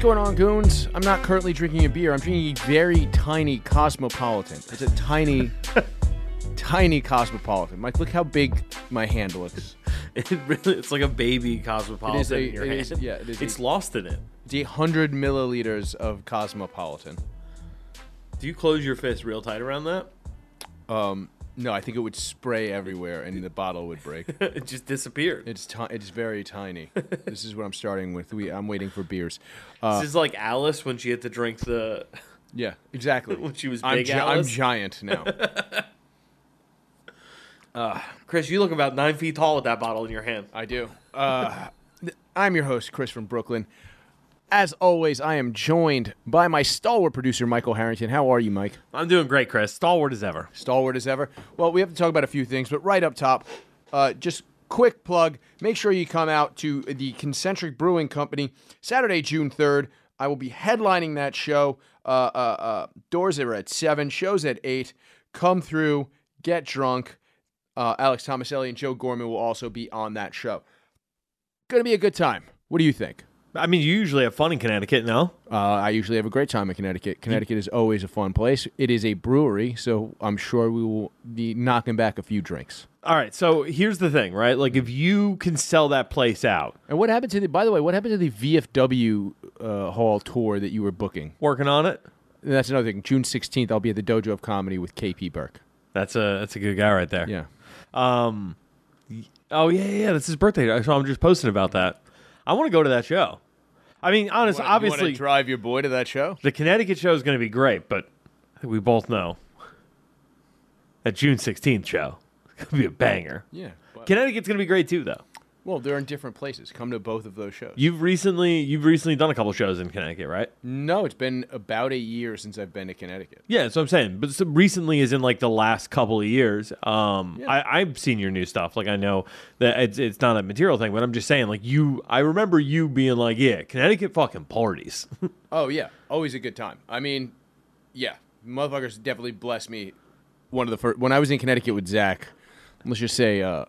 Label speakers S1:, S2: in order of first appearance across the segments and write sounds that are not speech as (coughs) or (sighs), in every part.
S1: going on, goons? I'm not currently drinking a beer. I'm drinking a very tiny Cosmopolitan. It's a
S2: (laughs)
S1: tiny, tiny Cosmopolitan. Mike, look how big my hand looks.
S2: It really, it's like a baby cosmopolitan
S1: It is a-
S2: in your
S1: it
S2: hand.
S1: is- yeah, it is
S2: It's
S1: a-
S2: lost in it.
S1: It's 100 milliliters of Cosmopolitan.
S2: Do you close your fist real tight around that? (laughs)
S1: No, I think it would spray everywhere and the bottle
S2: (laughs)
S1: would break.
S2: it just disappeared.
S1: It's ti it's very tiny. This is what I'm starting with. We I'm waiting for beers. Uh,
S2: this is like Alice when she had to drink the. (laughs)
S1: yeah, exactly.
S2: When she was
S1: I'm,
S2: Big
S1: gi- I'm
S2: Alice?
S1: giant
S2: (laughs)
S1: now.
S2: Chris, you look about nine feet tall with that bottle in your hand.
S1: I do. Uh, (laughs) th- I'm your host, Chris from Brooklyn. As always, I am joined by my stalwart producer, Michael Harrington. How are you, Mike?
S2: I'm doing great, Chris. Stalwart as ever.
S1: Stalwart as ever. Well, we have to talk about a few things, but right up top, uh, just quick plug make sure you come out to the Concentric Brewing Company Saturday, June 3rd. I will be headlining that show. Uh, uh, uh, doors are at 7, shows at 8. Come through, get drunk. Uh, Alex Tomaselli and Joe Gorman will also be on that show. Going to be a good time. What do you think?
S3: I mean, you usually have fun in Connecticut, no?
S1: Uh, I usually have a great time in Connecticut. Connecticut is always a fun place. It is a brewery, so I'm sure we will be knocking back a few drinks.
S3: All right, so here's the thing, right? Like, if you can sell that place out,
S1: And what happened to the? By the way, what happened to the VFW uh, hall tour that you were booking?
S3: working on it,
S1: That's another thing. June 16th, I'll be at the Dojo of Comedy with KP (laughs) Burke.
S3: that's a that's a good guy right there.
S1: Yeah,
S3: Um. y- Oh yeah, yeah. That's his birthday, so I'm just posting about that. I want to go to that show. I mean, honest, obviously,
S1: drive your boy to that show.
S3: the Connecticut show is going to be great, but I think we both know that June 16th show is going to be a banger.
S1: Yeah.
S3: Connecticut's going to be great too, though.
S1: Well, they're in different places. Come to both of those shows.
S3: You've recently you've recently done a couple shows in Connecticut, right?
S1: no, it's been about a year since I've been to Connecticut.
S3: Yeah, so I'm saying, but so recently is in like the last couple of years. Um, I, I've seen your new stuff. Like I know that it's it's not a material thing, but I'm just saying, like you, I remember you being like, yeah, Connecticut fucking parties. (laughs)
S1: Oh yeah, always a good time. I mean, yeah, motherfuckers definitely blessed me. One of the first when I was in Connecticut with Zach, let's just say uh,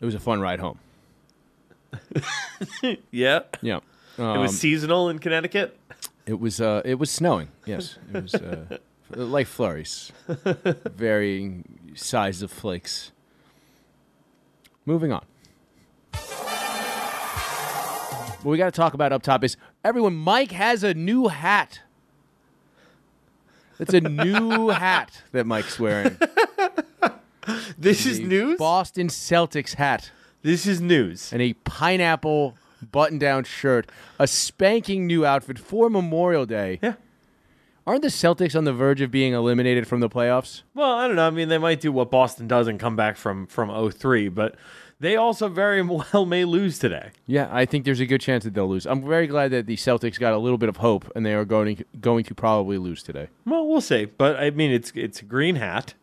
S1: it was a fun ride home.
S3: yeah,
S1: Yeah,
S3: it was seasonal in Connecticut.
S1: it was uh, it was snowing. Yes, it was uh, (laughs) like flurries, varying size of flakes. Moving on. What we got to talk about up top is everyone. Mike has a new hat. That's a new hat that Mike's wearing.
S3: This is news.
S1: Boston Celtics hat
S3: This is news.
S1: and a pineapple button-down shirt. A spanking new outfit for Memorial Day.
S3: Yeah.
S1: Aren't the Celtics on the verge of being eliminated from the playoffs?
S3: Well, I don't know. I mean, they might do what Boston does and come back from from 03, but they also very (laughs) well may lose today.
S1: Yeah, I think there's a good chance that they'll lose. I'm very glad that the Celtics got a little bit of hope and they are going to, going to probably lose today.
S3: Well, we'll see. But I mean, it's it's a green hat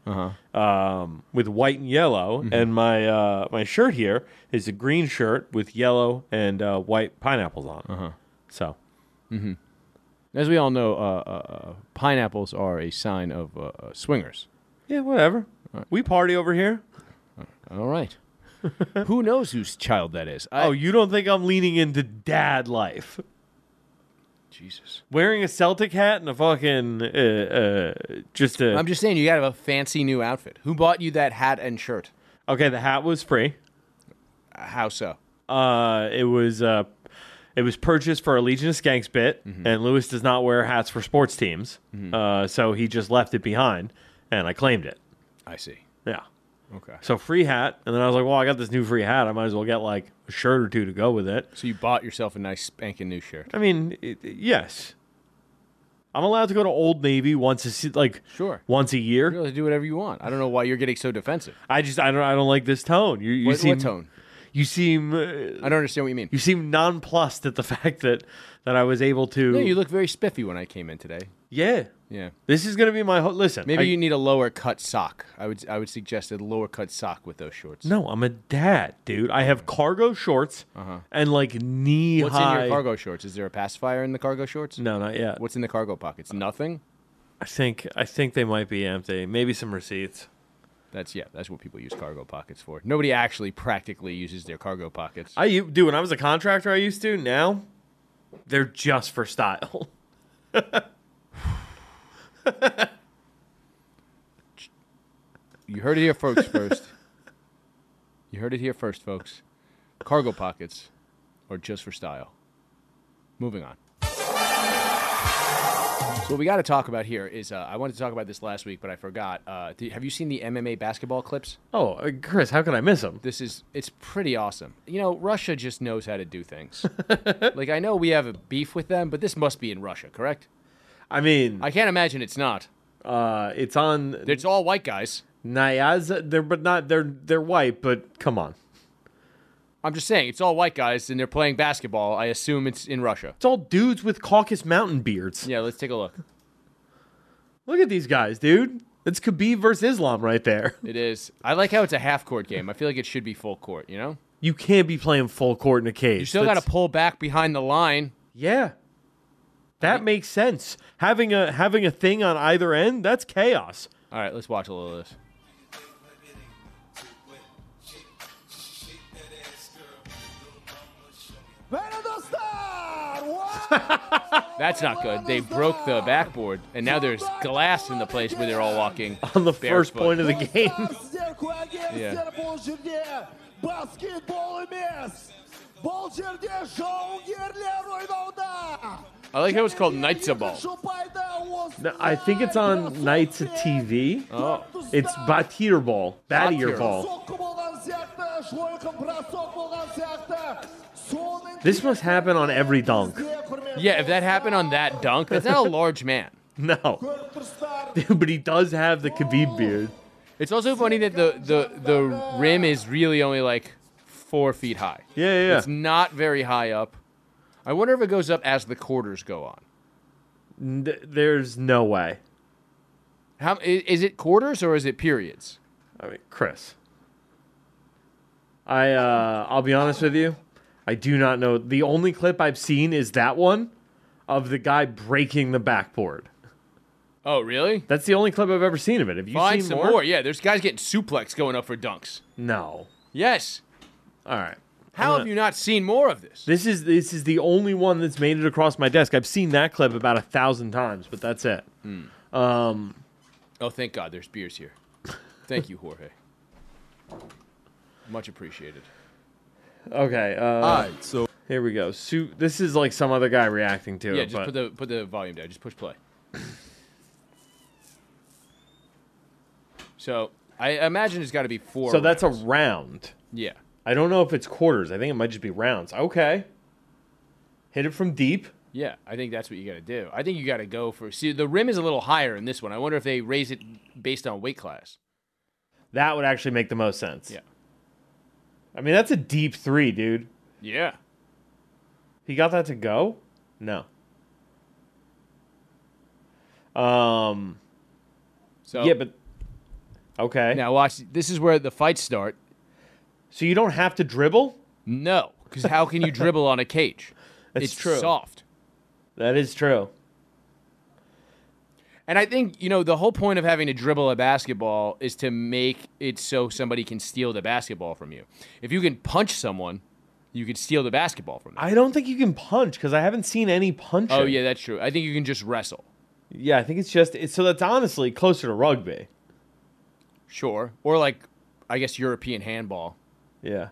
S3: um, with white and yellow, and my uh, my shirt here is a green shirt with yellow and uh, white pineapples on it. So
S1: As we all know, uh, uh, uh, pineapples are a sign of uh, uh, swingers.
S3: yeah, whatever. We party over here.
S1: All right. Who knows whose child that is? I,
S3: Oh, you don't think I'm leaning into dad life?
S1: Jesus.
S3: Wearing a Celtic hat and a fucking uh, uh, just a
S1: I'm just saying, you got to have a fancy new outfit. Who bought you that hat and shirt?
S3: okay. The hat was free.
S1: How so?
S3: Uh, it was uh, it was purchased for a Legion of Skanks bit,
S1: Mm-hmm.
S3: and Lewis does not wear hats for sports teams, uh, so he just left it behind, and I claimed it.
S1: I see.
S3: Yeah,
S1: Okay.
S3: so free hat, and then I was like, well, I got this new free hat, I might as well get like a shirt or two to go with it.
S1: So you bought yourself a nice spanking new shirt.
S3: I mean, it, it- yes, I'm allowed to go to Old Navy once a se- like
S1: Sure.
S3: once a year.
S1: You're allowed to do whatever you want. I don't know why you're getting so defensive.
S3: I just I don't I don't like this tone. You you
S1: What,
S3: seem
S1: what tone?
S3: you seem uh,
S1: I don't understand what you mean.
S3: you seem nonplussed at the (laughs) fact that that I was able to
S1: Yeah, you look very spiffy when I came in today.
S3: yeah
S1: Yeah.
S3: This is gonna be my ho- listen.
S1: Maybe
S3: I-
S1: you need a lower cut sock. I would I would suggest a lower cut sock with those shorts.
S3: No, I'm a dad, dude. I have cargo shorts and like knee
S1: What's
S3: high.
S1: in your cargo shorts? Is there a pacifier in the cargo shorts?
S3: No, not yet.
S1: What's in the cargo pockets? Nothing.
S3: I think I think they might be empty. Maybe some receipts.
S1: That's yeah. That's what people use cargo pockets for. Nobody actually practically uses their cargo pockets.
S3: I u- dude, when I was a contractor, I used to. Now,
S4: They're just
S3: (laughs)
S4: for style.
S1: You heard it here, folks. First, (laughs) you heard it here first, folks. Cargo pockets, or just for style. Moving on. So what we got to talk about here is uh, I wanted to talk about this last week, but I forgot. Uh, do- have you seen the MMA basketball clips?
S4: Oh, uh, Chris, how can I miss them?
S1: This is it's pretty awesome. You know, Russia just knows how to do things. like I know we have a beef with them, but this must be in Russia, correct?
S4: I mean,
S1: I can't imagine it's not.
S4: uh, it's on
S1: It's all white guys.
S4: Nyaz. They're but not they're they're white, but come on,
S1: I'm just saying it's all white guys, and they're playing basketball. I assume it's in Russia.
S4: it's all dudes with Caucasus Mountain beards.
S1: Yeah, let's take a look.
S4: Look at these guys, dude. It's Khabib versus Islam
S3: (laughs)
S4: right there.
S1: It is. I like how it's a half court game. I feel like it should be full court. You know,
S4: You can't be playing full court in a cage.
S1: you still got to pull back behind the line.
S4: Yeah. That makes sense. Having a having a thing on either end, that's
S1: (laughs)
S4: chaos.
S1: All right, let's watch a little of this.
S3: (laughs)
S1: That's not good. They broke the backboard, and now there's glass in the place where they're all walking.
S4: On the first
S1: Barefoot.
S4: point of the game. (laughs)
S1: I like how it's called Knights of Ball.
S3: No, I think it's on Knights of TV.
S1: Oh.
S3: It's Batir Ball. Batir
S1: Batir.
S3: Ball. This must happen on every dunk. (laughs)
S1: Yeah, if that happened on that dunk, that's not a large man.
S3: No. (laughs) Dude, but he does have the Khabib beard.
S1: It's also funny that the, the, the rim is really only like four feet high.
S3: Yeah, yeah, yeah.
S1: It's not very high up. I wonder if it goes up as the quarters go on.
S3: N- There's no way.
S1: How i- is it quarters or is it periods?
S3: I mean, Chris. I uh I'll be honest with you. I do not know. The only clip I've seen is that one of the guy breaking the backboard.
S1: Oh, really?
S3: That's the only clip I've ever seen of it. Have you
S1: Find
S3: seen
S1: some more? Yeah, there's guys getting suplex going up for dunks.
S3: No.
S1: Yes.
S3: All right.
S1: How
S3: Uh-huh.
S1: have you not seen more of this?
S3: This is this is the only one that's made it across my desk. I've seen that clip about a thousand times, but that's it.
S1: Oh, thank God, there's beers here. Thank you, Jorge. Much appreciated.
S3: Okay. Uh,
S5: so
S3: Here we go. Su- this is like some other guy reacting to
S1: Yeah,
S3: it.
S1: just
S3: but
S1: put the put the volume down. Just push play. so I imagine it's got to be four.
S3: so that's a
S1: rounds.
S3: round.
S1: yeah.
S3: I don't know if it's quarters. I think it might just be rounds. Okay. Hit it from deep.
S1: Yeah, I think that's what you got to do. I think you got to go for. See, the rim is a little higher in this one. I wonder if they raise it based on weight class.
S3: That would actually make the most sense.
S1: Yeah.
S3: I mean, that's a deep three, dude.
S1: Yeah.
S3: He got that to go? No. Um.
S1: So
S3: Yeah, but okay.
S1: now watch. This is where the fights start.
S3: So you don't have to dribble.
S1: No, because how can you dribble on a cage?
S3: (laughs) That's
S1: it's
S3: true.
S1: soft.
S3: That is true.
S1: And I think, you know, the whole point of having to dribble a basketball is to make it so somebody can steal the basketball from you. If you can punch someone, you can steal the basketball from them.
S3: I don't think you can punch because I haven't seen any punching.
S1: Oh, yeah, that's true. I think you can just wrestle.
S3: Yeah, I think it's just it's, so. That's honestly closer to rugby.
S1: Sure. Or like, I guess, European handball.
S3: Yeah.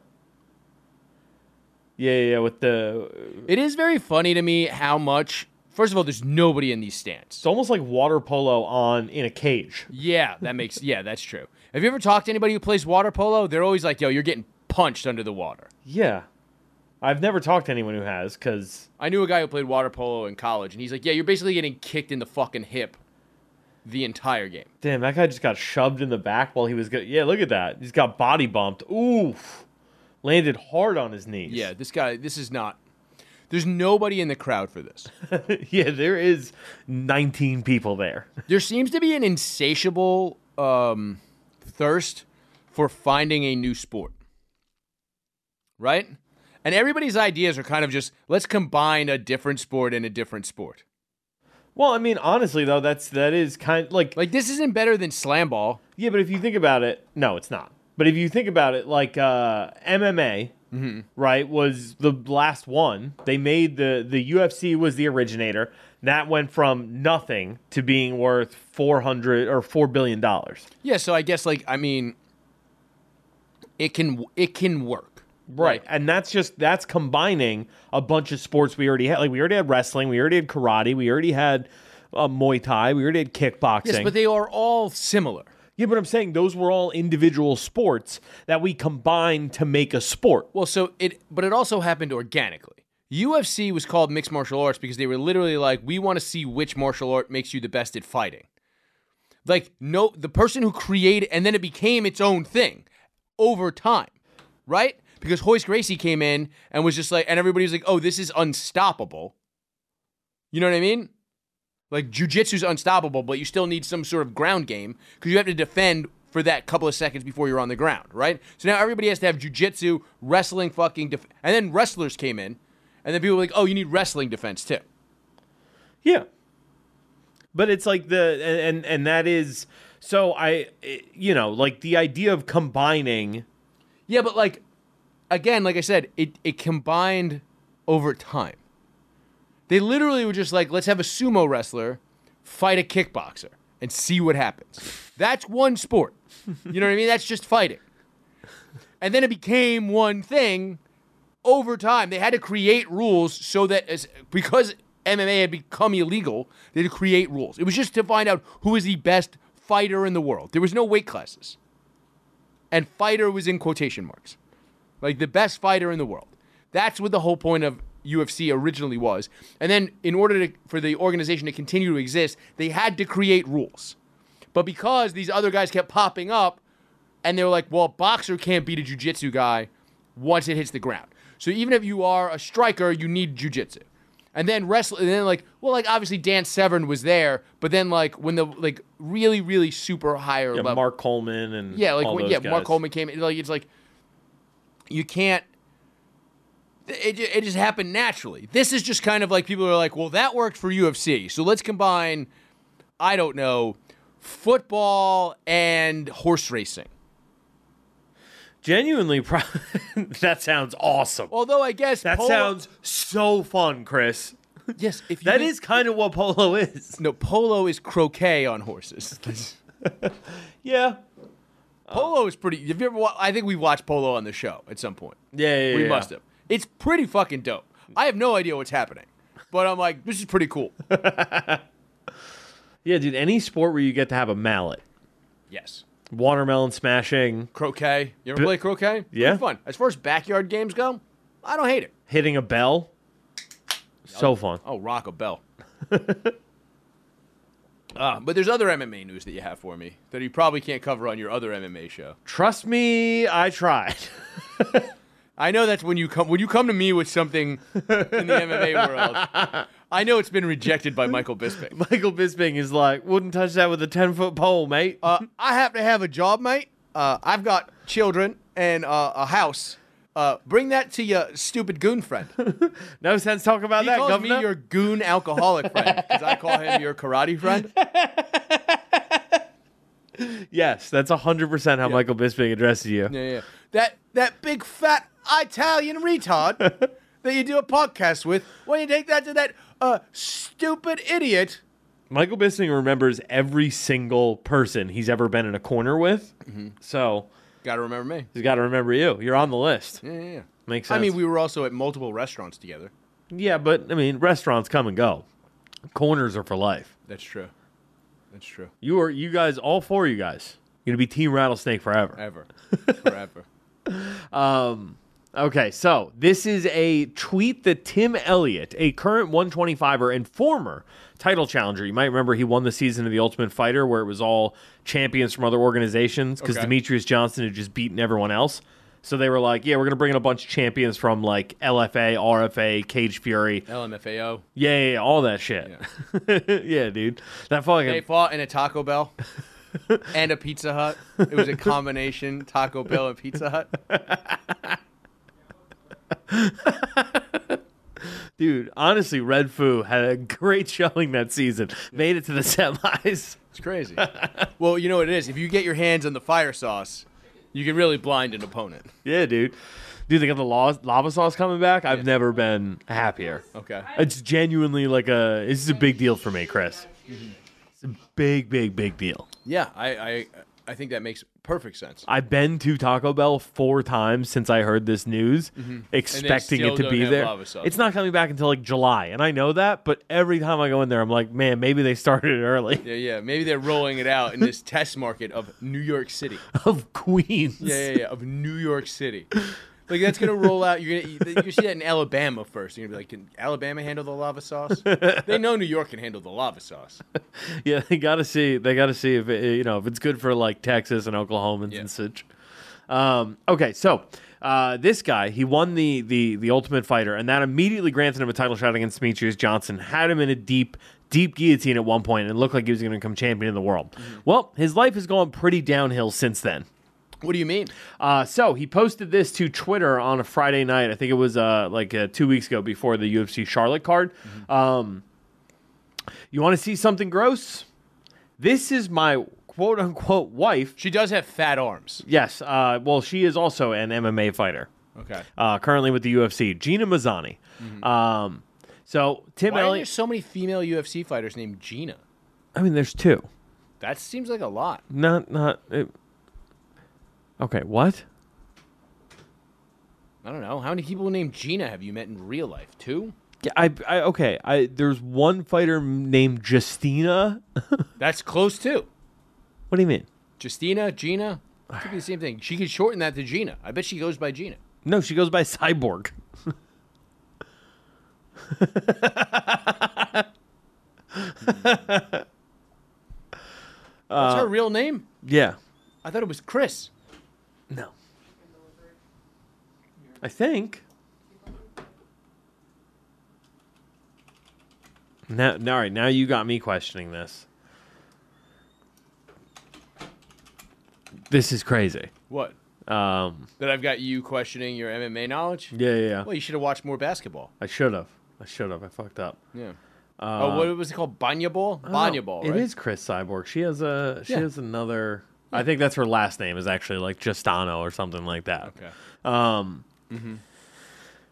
S3: Yeah, yeah, yeah, with the
S1: It is very funny to me how much, first of all, there's nobody in these stands.
S3: it's almost like water polo on in a cage.
S1: Yeah, that makes, yeah, that's true. Have you ever talked to anybody who plays water polo? They're always like, yo, you're getting punched under the water.
S3: Yeah. I've never talked to anyone who has cuz
S1: I knew a guy who played water polo in college, and he's like, "Yeah, you're basically getting kicked in the fucking hip the entire game."
S3: damn, that guy just got shoved in the back while he was go- Yeah, look at that. He's got body bumped. Oof. Landed hard on his knees.
S1: Yeah, this guy, this is not. There's nobody in the crowd for this.
S3: (laughs) yeah, there is 19 people there. (laughs)
S1: There seems to be an insatiable um, thirst for finding a new sport, right? And everybody's ideas are kind of just let's combine a different sport and a different sport.
S3: Well, I mean, honestly though, that's that is kind like
S1: Like this isn't better than slam ball.
S3: Yeah, but if you think about it, no, it's not. But if you think about it, like uh, MMA,
S1: Mm-hmm.
S3: right, was the last one. They made the the UFC was the originator. That went from nothing to being worth four hundred or four billion dollars.
S1: Yeah, so I guess like I mean, it can it can work.
S3: Right. And that's just that's combining a bunch of sports we already had. Like we already had wrestling, we already had karate, we already had uh, Muay Thai, we already had kickboxing.
S1: Yes, but they are all similar.
S3: yeah, but I'm saying those were all individual sports that we combined to make a sport.
S1: Well, so it but it also happened organically. UFC was called mixed martial arts because they were literally like, we want to see which martial art makes you the best at fighting. Like, no, the person who created and then it became its own thing over time, right? Because Hoist Gracie came in and was just like, and everybody was like, oh, this is unstoppable. You know what I mean? Like, jujitsu's unstoppable, but you still need some sort of ground game because you have to defend for that couple of seconds before you're on the ground, right? So now everybody has to have jujitsu, wrestling, fucking, def- and then wrestlers came in, and then people were like, oh, you need wrestling defense too.
S3: Yeah. But it's like the and and, and that is so I it- you know, like the idea of combining
S1: Yeah, but like, again, like I said, it, it combined over time. They literally were just like, let's have a sumo wrestler fight a kickboxer and see what happens. That's one sport. You know what I mean? That's just fighting. And then it became one thing over time. They had to create rules so that as, because MMA had become illegal, they had to create rules. It was just to find out who is the best fighter in the world. There was no weight classes and fighter was in quotation marks. Like the best fighter in the world. That's what the whole point of UFC originally was. And then in order to, for the organization to continue to exist, they had to create rules. But because these other guys kept popping up and they were like, well, a boxer can't beat a jiu-jitsu guy once it hits the ground. So even if you are a striker, you need jiu-jitsu. And then wrestling, and then like, well, like obviously Dan Severn was there, but then like when the like really, really super higher
S3: you know,
S1: level,
S3: Mark Coleman and
S1: yeah, like
S3: all
S1: when,
S3: those
S1: yeah, Mark
S3: guys.
S1: Coleman came in. Like it's like you can't. It, ju- it just happened naturally. This is just kind of like people are like, well, that worked for UFC, so let's combine. I don't know, football and horse racing.
S3: Genuinely pro- (laughs) that sounds awesome.
S1: Although I guess
S3: that
S1: polo-
S3: sounds so fun, Chris.
S1: (laughs) yes. If you
S3: That
S1: did-
S3: is kind of what
S1: (laughs)
S3: polo is.
S1: no polo is croquet on
S3: (laughs)
S1: horses.
S3: Yeah.
S1: (laughs) polo is pretty. Have you ever? Wa- I think we watched polo on the show at some point.
S3: Yeah, yeah,
S1: we
S3: yeah.
S1: must have. It's pretty fucking dope. I have no idea what's happening, but I'm like, this is pretty
S3: (laughs)
S1: cool.
S3: Yeah, dude, any sport where you get to have a mallet.
S1: yes.
S3: Watermelon smashing,
S1: croquet. You ever play croquet?
S3: Yeah.
S1: Pretty fun. As far as backyard games go, I don't hate it.
S3: hitting a bell. So fun.
S1: Oh, rock a bell. uh, but there's other MMA news that you have for me that you probably can't cover on your other MMA show.
S3: Trust me, I tried. (laughs)
S1: I know that's when you come when you come to me with something in the MMA world. I know it's been rejected by Michael
S3: (laughs)
S1: Bisping.
S3: Michael Bisping is like, wouldn't touch that with a 10 foot pole, mate.
S1: Uh, I have to have a job, mate. Uh, I've got children and uh, a house. Uh, bring that to your stupid goon friend.
S3: no sense talking about
S1: He
S3: that,
S1: calls
S3: governor.
S1: me your goon alcoholic friend because I call him your karate
S3: (laughs)
S1: friend.
S3: yes, that's 100% how Michael Bisping addresses you.
S1: Yeah, yeah. That that big fat Italian retard that you do a podcast with. Why don't you take that to that uh, stupid idiot?
S3: Michael Bisping remembers every single person he's ever been in a corner with.
S1: Mm-hmm.
S3: So
S1: Got to remember me.
S3: he's got to remember you. You're on the list.
S1: Yeah, yeah.
S3: Makes sense.
S1: I mean, we were also at multiple restaurants together.
S3: Yeah, but I mean, restaurants come and go. Corners are for life.
S1: That's true. That's true.
S3: You are you guys, all four of you guys, you're gonna be Team Rattlesnake forever. (laughs)
S1: Ever, forever.
S3: Okay, so this is a tweet that Tim Elliott, a current 125er and former title challenger, you might remember he won the season of the Ultimate Fighter where it was all champions from other organizations because
S1: Okay.
S3: Demetrius Johnson had just beaten everyone else. So they were like, yeah, we're gonna bring in a bunch of champions from like LFA, RFA, Cage Fury,
S1: LMFAO.
S3: yeah, yeah, yeah, all that shit. (laughs) Yeah, dude, that fucking
S1: They fought in a Taco
S3: (laughs)
S1: Bell and a Pizza Hut. It was a combination Taco Bell and Pizza Hut.
S3: Dude, honestly, Red Fu had a (laughs) great showing that season. Made it to the (laughs) semis.
S1: (laughs) It's crazy. well, you know what it is. If you get your hands on the fire sauce, You can really blind an opponent.
S3: Yeah, dude. Dude, they got the laws, lava sauce coming back. I've never been happier.
S1: Okay.
S3: It's genuinely like a. This is a big deal for me, Chris.
S1: Mm-hmm.
S3: It's a big, big, big deal.
S1: Yeah, I I, I think that makes perfect sense.
S3: I've been to Taco Bell four times since I heard this news, expecting
S1: Mm-hmm. still
S3: it to
S1: don't
S3: be
S1: have
S3: there.
S1: lava sauce.
S3: It's not coming back until like July, and I know that. But every time I go in there, I'm like, man, maybe they started early.
S1: Yeah, yeah. Maybe they're rolling it out in this test market of New York City.
S3: (laughs) of Queens.
S1: Yeah, yeah, yeah. Of New York City. Like that's gonna roll out. You're gonna you see that in Alabama first. You're gonna be like, can Alabama handle the lava sauce? They know New York can handle the lava sauce.
S3: (laughs) Yeah, they gotta see. They gotta see if it, you know if it's good for like Texas and Oklahomans
S1: Yeah.
S3: and such. Um, okay, so uh, this guy he won the the the Ultimate Fighter, and that immediately granted him a title shot against Demetrius Johnson. Had him in a deep deep guillotine at one point, and it looked like he was going to become champion of the world. Well, his life has gone pretty downhill since then.
S1: What do you mean?
S3: Uh, so he posted this to Twitter on a Friday night. I think it was uh, like uh, two weeks ago before the UFC Charlotte card. Um, you want to see something gross? This is my quote unquote wife.
S1: She does have fat arms.
S3: Yes. Uh, well, she is also an MMA fighter
S1: Okay.
S3: uh, currently with the UFC. Gina Mazzani. Um, so Tim
S1: Why are there
S3: Elliott.
S1: so many female UFC fighters named Gina?
S3: I mean, there's two.
S1: That seems like a lot.
S3: Not not. It, okay. What?
S1: I don't know. How many people named Gina have you met in real life? Two?
S3: Yeah, I, I okay. I there's one fighter named Justina. (laughs)
S1: That's close too.
S3: What do you mean?
S1: Justina, Gina, it could be the same thing. She could shorten that to Gina. I bet she goes by Gina.
S3: No, she goes by Cyborg.
S1: That's her real name.
S3: Yeah.
S1: I thought it was Chris.
S3: No. I think. Now, now- all right, now you got me questioning this. This is crazy.
S1: What?
S3: Um,
S1: That I've got you questioning your MMA knowledge.
S3: yeah, yeah, yeah.
S1: Well, you should have watched more basketball.
S3: I should have. I should have. I fucked up.
S1: Yeah. oh, what was it called? Banya ball.
S3: Oh,
S1: Banya ball. Right?
S3: It is Chris Cyborg. She has a she
S1: Yeah.
S3: has another. I think that's her last name is actually like Justano or something like that.
S1: Okay.
S3: Um,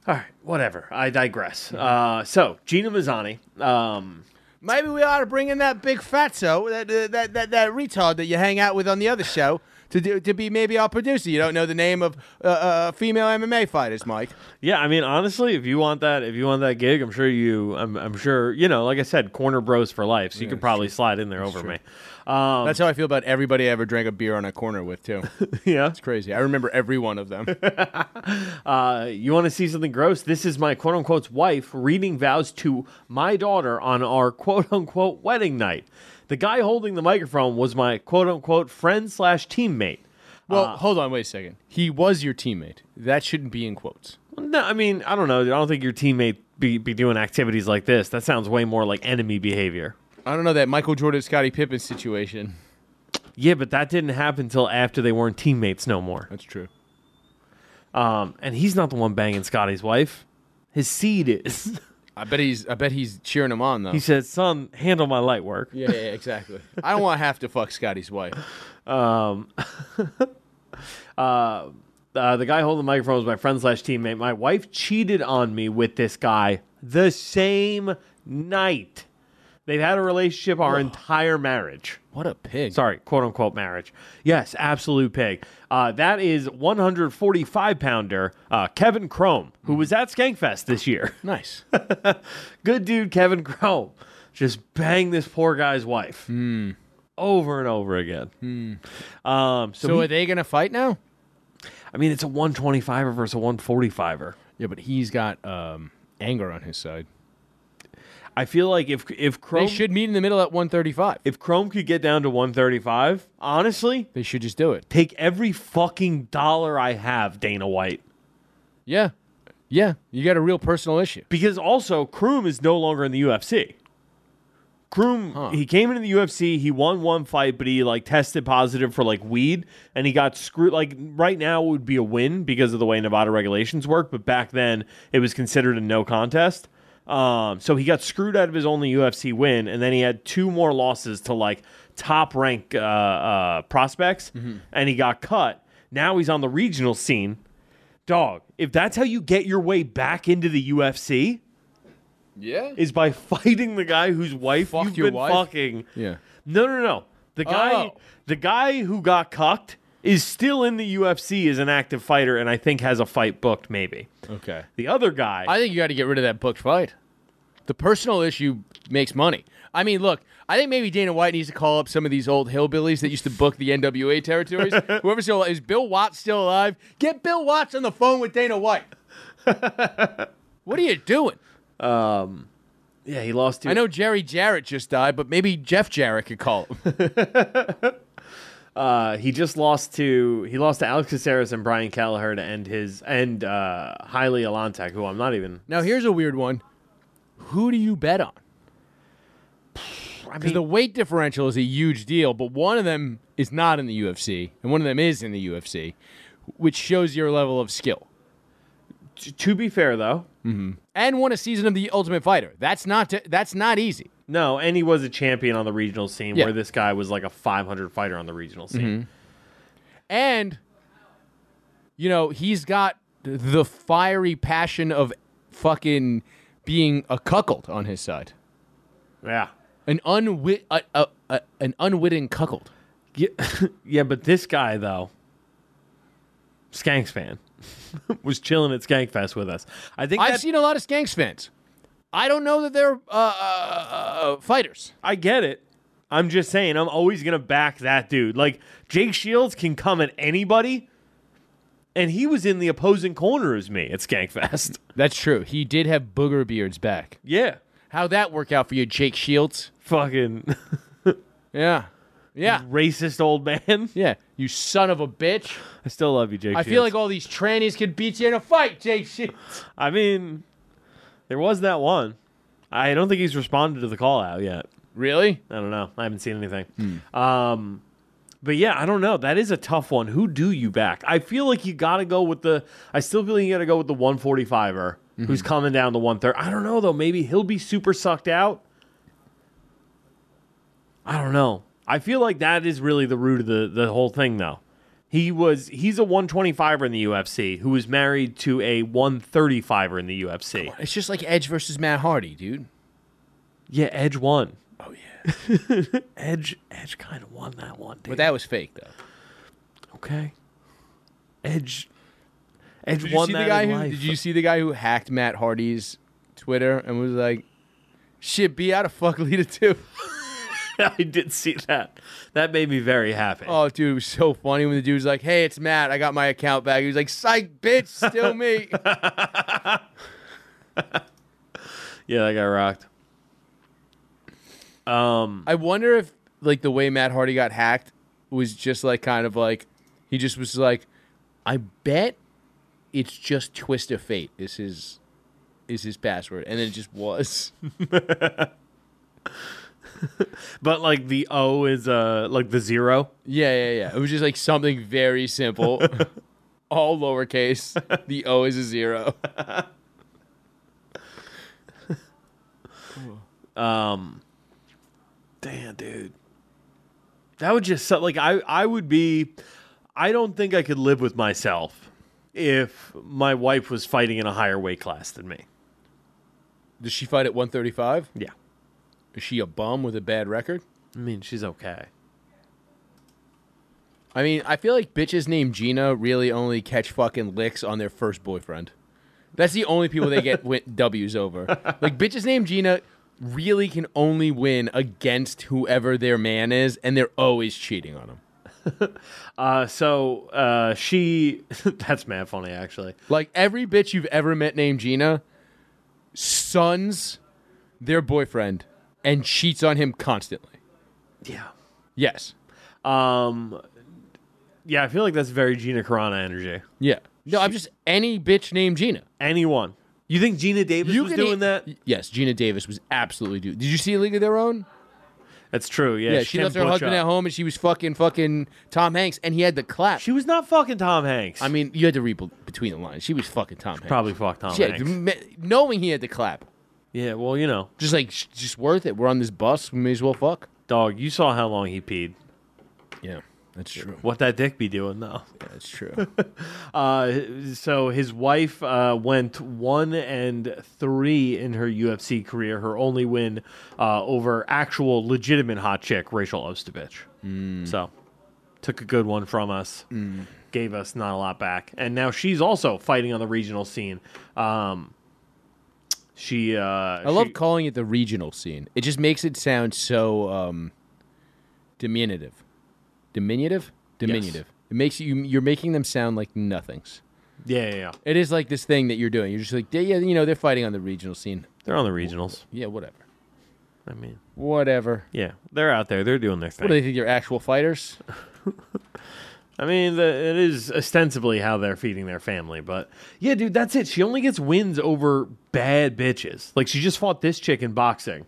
S3: all right, whatever. I digress. Uh, so Gina Mazzani. Um,
S1: Maybe we ought to bring in that big fatso, that uh, that, that that retard that you hang out with on the other show, to do, to be maybe our producer. You don't know the name of uh, uh, female MMA fighters, Mike.
S3: yeah, I mean, honestly, if you want that, if you want that gig, I'm sure you, I'm, I'm sure you know. Like I said, corner bros for life. So you could probably slide in there over me. (laughs) Um,
S1: That's how I feel about everybody I ever drank a beer on a corner with too.
S3: yeah.
S1: It's crazy. I remember every one of (laughs) them.
S3: Uh, you want to see something gross? This is my quote unquote wife reading vows to my daughter on our quote unquote wedding night. The guy holding the microphone was my quote unquote friend slash teammate.
S1: Well, hold on, wait a second. He was your teammate. That shouldn't be in quotes.
S3: No, I mean, I don't know. I don't think your teammate be, be doing activities like this. That sounds way more like enemy behavior.
S1: I don't know that Michael Jordan, Scottie Pippen situation.
S3: Yeah, but that didn't happen until after they weren't teammates no more.
S1: That's true.
S3: Um, and he's not the one banging Scotty's wife. His seed is. (laughs)
S1: I bet he's. I bet he's cheering him on though.
S3: he said, "Son, handle my light work."
S1: yeah, yeah, exactly. (laughs) I don't want to have to fuck Scotty's wife.
S3: uh, the guy holding the microphone was my friend slash teammate. My wife cheated on me with this guy the same night. They've had a relationship our entire marriage.
S1: What a pig.
S3: Sorry, quote unquote marriage. Yes, absolute pig. Uh, that is 145 pounder uh, Kevin Chrome, who was at Skankfest this year.
S1: (laughs) Nice.
S3: Good dude, Kevin Chrome. Just bang this poor guy's wife over and over again. Um, so,
S1: So
S3: he-
S1: are they gonna fight now?
S3: I mean, it's a 125er versus a 145er.
S1: Yeah, but he's got um, anger on his side.
S3: I feel like if if Chrome
S1: They should meet in the middle at 135.
S3: if Chrome could get down to 135, honestly,
S1: They should just do it.
S3: take every fucking dollar I have, Dana White.
S1: Yeah, yeah. You got a real personal issue.
S3: Because also, Kroom is no longer in the UFC. Kroom, he came into the UFC, he won one fight, but he like tested positive for like weed, and he got screwed. Like right now, it would be a win because of the way Nevada regulations work, but back then it was considered a no contest. Um, so he got screwed out of his only UFC win, and then he had two more losses to like top rank uh, uh, prospects, and he got cut. Now he's on the regional scene. Dog, if that's how you get your way back into the UFC,
S1: Yeah.
S3: is by (laughs) fighting the guy whose wife
S1: Fuck
S3: you've
S1: your
S3: been
S1: wife?
S3: fucking.
S1: Yeah.
S3: No, no, no. The guy,
S1: Oh.
S3: the guy who got cucked is still in the UFC as an active fighter, and I think has a fight booked. Maybe
S1: Okay.
S3: the other guy.
S1: I think you got to get rid of that booked fight. The personal issue makes money. I mean, look, I think maybe Dana White needs to call up some of these old hillbillies that used to book the NWA territories. Whoever's still alive, is Bill Watts still alive? Get Bill Watts on the phone with Dana White. what are you doing?
S3: yeah, he lost. To,
S1: I know Jerry Jarrett just died, but maybe Jeff Jarrett could call him.
S3: Uh, he just lost to he lost to Alex Caceres and Brian Kelleher to end his and uh, Haile Alantec, who I'm not even.
S1: now, here's a weird one. Who do you bet on?
S3: I
S1: Because
S3: mean,
S1: the weight differential is a huge deal, but one of them is not in the UFC, and one of them is in the UFC, which shows your level of skill.
S3: t- to be fair though,
S1: And won a season of the Ultimate Fighter. That's not t- that's not easy.
S3: no, and he was a champion on the regional scene,
S1: Yeah.
S3: where this guy was like a 500 fighter on the regional scene.
S1: And you know he's got the fiery passion of fucking being a cuckold on his side, Mm-hmm.
S3: Yeah.
S1: an unwit a, a, a, an unwitting cuckold.
S3: Yeah, (laughs) yeah, but this guy though, Skanks fan, (laughs) was chilling at Skankfest with us. I think
S1: I've
S3: that-
S1: seen a lot of Skanks fans. I don't know that they're uh, uh, uh, fighters.
S3: I get it. I'm just saying, I'm always gonna back that dude. Like Jake Shields can come at anybody, and he was in the opposing corner as me at Skankfest.
S1: That's true. He did have booger beards back.
S3: (laughs) yeah,
S1: How'd that work out for you, Jake Shields?
S3: fucking (laughs)
S1: Yeah. Yeah.
S3: racist old man.
S1: Yeah. You son of a bitch.
S3: I still love you, Jake.
S1: I feel like all these trannies could beat you in a fight, Jake Shields.
S3: I mean, there was that one. I don't think he's responded to the call out yet.
S1: Really?
S3: I don't know. I haven't seen anything. Um, but yeah, I don't know. That is a tough one. Who do you back? I feel like you got to go with the. I still feel like you got to go with the 145er who's coming down to 130. I don't know though. Maybe he'll be super sucked out. I don't know. I feel like that is really the root of the the whole thing though. He was he's a 125er in the UFC who was married to a 135er in the UFC.
S1: It's just like Edge versus Matt Hardy, dude.
S3: Yeah, Edge won. Oh (laughs) yeah. Edge Edge kind of won that one. Dude.
S1: But that was fake, though.
S3: okay. Edge Edge
S1: Did you
S3: won
S1: see
S3: that
S1: the guy
S3: in
S1: who
S3: life.
S1: did
S3: (laughs)
S1: you see the guy who hacked Matt Hardy's Twitter and was like, "Shit, be out of fuck Lita too."
S3: I did see that. That made me very happy.
S1: Oh, dude, it was so funny when the dude was like, "Hey, it's Matt. I got my account back." He was like, "Psych, bitch, still me."
S3: Yeah, that guy rocked.
S1: I wonder if like the way Matt Hardy got hacked was just like kind of like he just was like, I bet it's just twist of fate is his is his password, and then it just was. (laughs)
S3: But like the O is uh like the zero.
S1: yeah, yeah, yeah. It was just like something very simple, all lowercase. The O is a zero.
S3: Damn, dude. That would just suck. like I I would be I don't think I could live with myself if my wife was fighting in a higher weight class than me.
S1: Does she fight at 135?
S3: Yeah.
S1: Is she a bum with a bad record?
S3: I mean, she's okay.
S1: I mean, I feel like bitches named Gina really only catch fucking licks on their first boyfriend. That's the only people they
S3: (laughs)
S1: get win- W's over. Like bitches named Gina really can only win against whoever their man is, and they're always cheating on him.
S3: Uh, so uh, she, (laughs) that's mad funny actually.
S1: Like every bitch you've ever met named Gina sons their boyfriend and cheats on him constantly.
S3: Yeah.
S1: Yes.
S3: Um, yeah, I feel like that's very Gina Carano energy.
S1: Yeah. No, I'm just any bitch named Gina.
S3: Anyone? You think Gina Davis was
S1: can
S3: doing
S1: e-
S3: that?
S1: Yes, Gina Davis was absolutely do. Did you see League of Their Own?
S3: That's true. Yeah,
S1: Yeah, she left her husband at home and she was fucking fucking Tom Hanks and he had the clap.
S3: She was not fucking Tom Hanks.
S1: I mean, you had to read be- between the lines. She was fucking Tom Hanks.
S3: probably fucked Tom
S1: She had-
S3: Hanks.
S1: me- knowing he had the clap.
S3: Yeah, well, you know,
S1: Just like, sh- just worth it. We're on this bus. We may as well fuck.
S3: dog, you saw how long he peed.
S1: Yeah. That's true.
S3: What that dick be doing though?
S1: That's
S3: (laughs)
S1: true.
S3: Uh, so his wife uh, went one and three in her UFC career. Her only win uh, over actual legitimate hot chick Rachel Ostovich. So took a good one from us. Gave us not a lot back, and now she's also fighting on the regional scene. Um, she, uh,
S1: I love calling it the regional scene. It just makes it sound so um, diminutive. Diminutive? Diminutive. It makes you you're making them sound like nothings.
S3: yeah, yeah, yeah.
S1: It is like this thing that you're doing. You're just like, "They- yeah, you know, they're fighting on the regional scene.
S3: They're on the regionals.
S1: Yeah, whatever.
S3: I mean,
S1: Whatever.
S3: yeah, they're out there. They're doing their thing.
S1: What do they think? They're actual fighters?
S3: I mean, the, it is ostensibly how they're feeding their family, but yeah, dude, that's it. She only gets wins over bad bitches. Like she just fought this chick in boxing,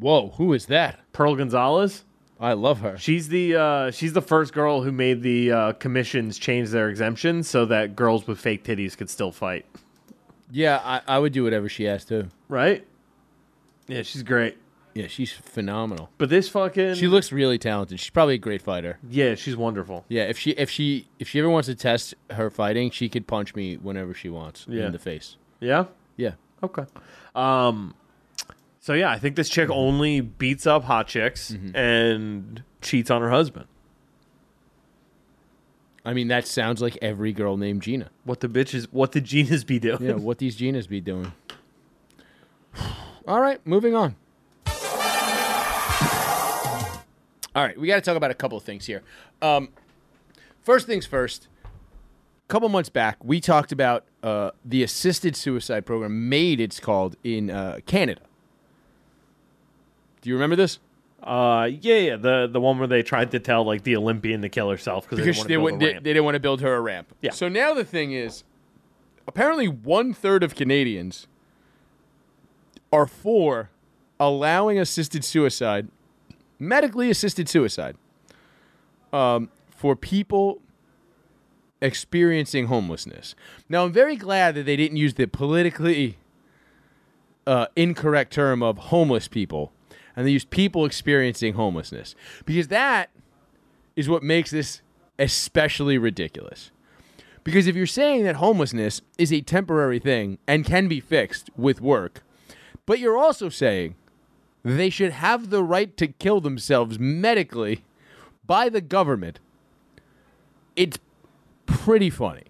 S1: Whoa, who is that?
S3: Pearl Gonzalez.
S1: I love her.
S3: She's the uh, she's the first girl who made the uh, commissions change their exemptions so that girls with fake titties could still fight.
S1: Yeah, I, I would do whatever she has to.
S3: Right? Yeah, she's great.
S1: Yeah, she's phenomenal.
S3: But this fucking
S1: She looks really talented. She's probably a great fighter.
S3: yeah, she's wonderful.
S1: Yeah, if she if she if she ever wants to test her fighting, she could punch me whenever she wants
S3: Yeah.
S1: in the face.
S3: Yeah.
S1: Yeah.
S3: Okay. Um so yeah, I think this chick only beats up hot chicks and cheats on her husband.
S1: I mean, that sounds like every girl named Gina.
S3: What the bitch is what the genius be doing?
S1: Yeah, what these Ginas be doing? All right, moving on. All right, we got to talk about a couple of things here. Um, first things first. A couple months back, we talked about uh, the assisted suicide program. Made it's called in uh, Canada. Do you remember this?
S3: Uh yeah, yeah, the the one where they tried to tell like the Olympian to kill herself
S1: because
S3: because
S1: they,
S3: they
S1: wouldn't,
S3: wouldn't
S1: they, they didn't want to build her a ramp.
S3: Yeah.
S1: So now the thing is, apparently one third of Canadians are for allowing assisted suicide, medically assisted suicide, um, for people experiencing homelessness. Now I'm very glad that they didn't use the politically uh, incorrect term of homeless people, and they used people experiencing homelessness because that is what makes this especially ridiculous. Because if you're saying that homelessness is a temporary thing and can be fixed with work, but you're also saying they should have the right to kill themselves medically by the government, it's pretty funny.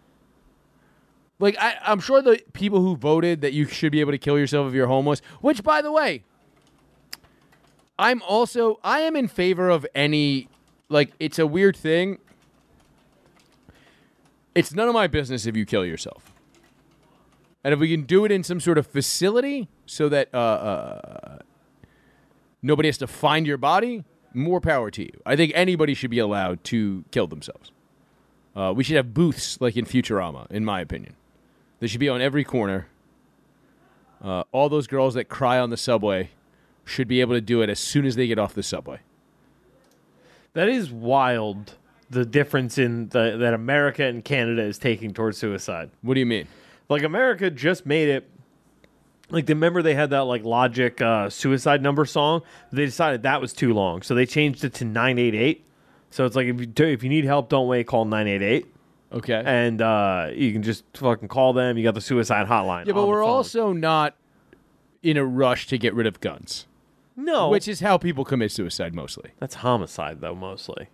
S1: Like, I, I'm sure the people who voted that you should be able to kill yourself if you're homeless, which, by the way, I'm also I am in favor of any like it's a weird thing. It's none of my business if you kill yourself. And if we can do it in some sort of facility so that uh, uh, nobody has to find your body, more power to you. I think anybody should be allowed to kill themselves. Uh, we should have booths like in Futurama, in my opinion. They should be on every corner. Uh, all those girls that cry on the subway should be able to do it as soon as they get off the subway.
S3: That is wild. The difference in the, that America and Canada is taking towards suicide.
S1: What do you mean?
S3: Like America just made it. Like remember they had that like Logic uh, suicide number song. They decided that was too long, so they changed it to nine eight eight. So it's like if you do, if you need help, don't wait. Call nine eight eight,
S1: Okay.
S3: and uh, you can just fucking call them. You got the suicide hotline.
S1: yeah,
S3: on
S1: but
S3: the
S1: we're
S3: phone.
S1: also not in a rush to get rid of guns,
S3: no.
S1: which is how people commit suicide mostly.
S3: that's homicide though mostly.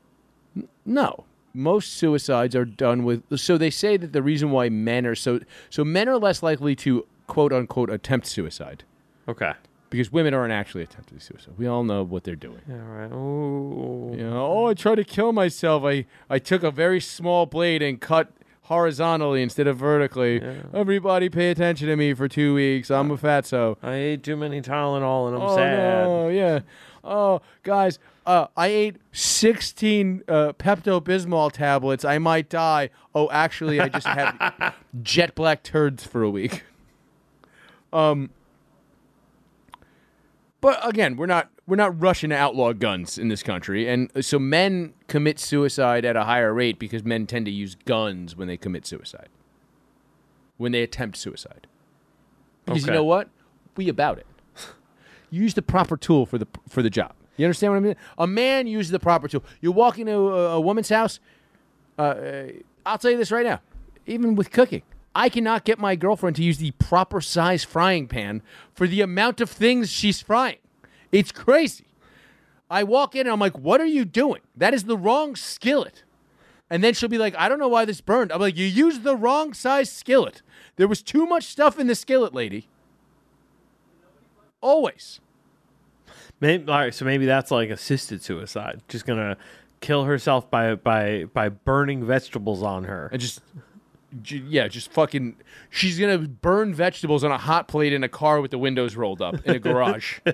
S1: No. Most suicides are done with so they say that the reason why men are so so men are less likely to quote unquote attempt suicide
S3: Okay.
S1: because women aren't actually attempting suicide. We all know what they're doing.
S3: All right. Ooh.
S1: You know, oh, I tried to kill myself. I, I took a very small blade and cut horizontally instead of vertically. Everybody pay attention to me for two weeks. I'm a fatso.
S3: I ate too many Tylenol and I'm
S1: oh,
S3: sad.
S1: no, yeah. Oh, guys, uh, I ate 16 uh, Pepto Bismol tablets. I might die. Oh, actually, I just had jet black turds for a week. Um, but again, we're not we're not rushing to outlaw guns in this country, and so men commit suicide at a higher rate because men tend to use guns when they commit suicide, when they attempt suicide. Because (laughs)
S3: Okay.
S1: you know what, we about it use the proper tool for the for the job. You understand what I mean? A man uses the proper tool. You walk into a, a woman's house. Uh, uh, I'll tell you this right now. Even with cooking, I cannot get my girlfriend to use the proper size frying pan for the amount of things she's frying. It's crazy. I walk in and I'm like, "What are you doing? That is the wrong skillet." And then she'll be like, I don't know why this burned. I'm like, you used the wrong size skillet. There was too much stuff in the skillet, lady. Always.
S3: Maybe, all right, so maybe that's like assisted suicide. Just gonna kill herself by by by burning vegetables on her.
S1: I just, j- yeah, just fucking. She's going to burn vegetables on a hot plate in a car with the windows rolled up in a garage.
S3: (laughs)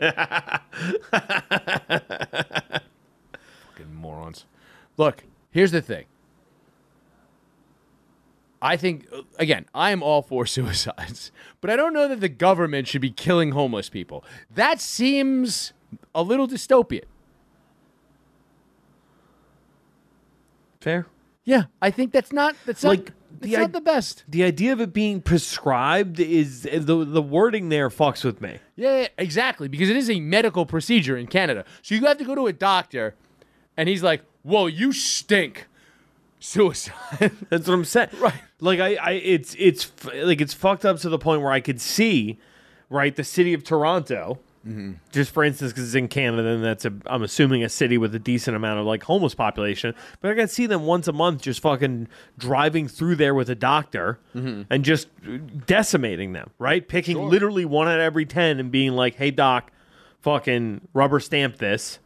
S1: fucking morons. Look, here's the thing. I think again, I am all for (laughs) suicides, but I don't know that the government should be killing homeless people. That seems a little dystopian.
S3: Fair.
S1: Yeah, I think that's not that's not,
S3: Like,
S1: it's
S3: the
S1: not
S3: id-
S1: the best.
S3: The idea of it being prescribed is the the wording there fucks with me.
S1: Yeah, yeah, exactly, because it is a medical procedure in Canada. So you have to go to a doctor, and he's like, "Whoa, you stink." Suicide.
S3: That's what I'm saying. Right. Like I, I it's it's f- like it's fucked up to the point where I could see, right, the city of Toronto. Just for instance, because it's in Canada, and that's a, I'm assuming a city with a decent amount of like homeless population. But I could see them once a month just fucking driving through there with a doctor and just decimating them, right? Picking literally one out of every ten and being like, "Hey doc, fucking rubber stamp this,"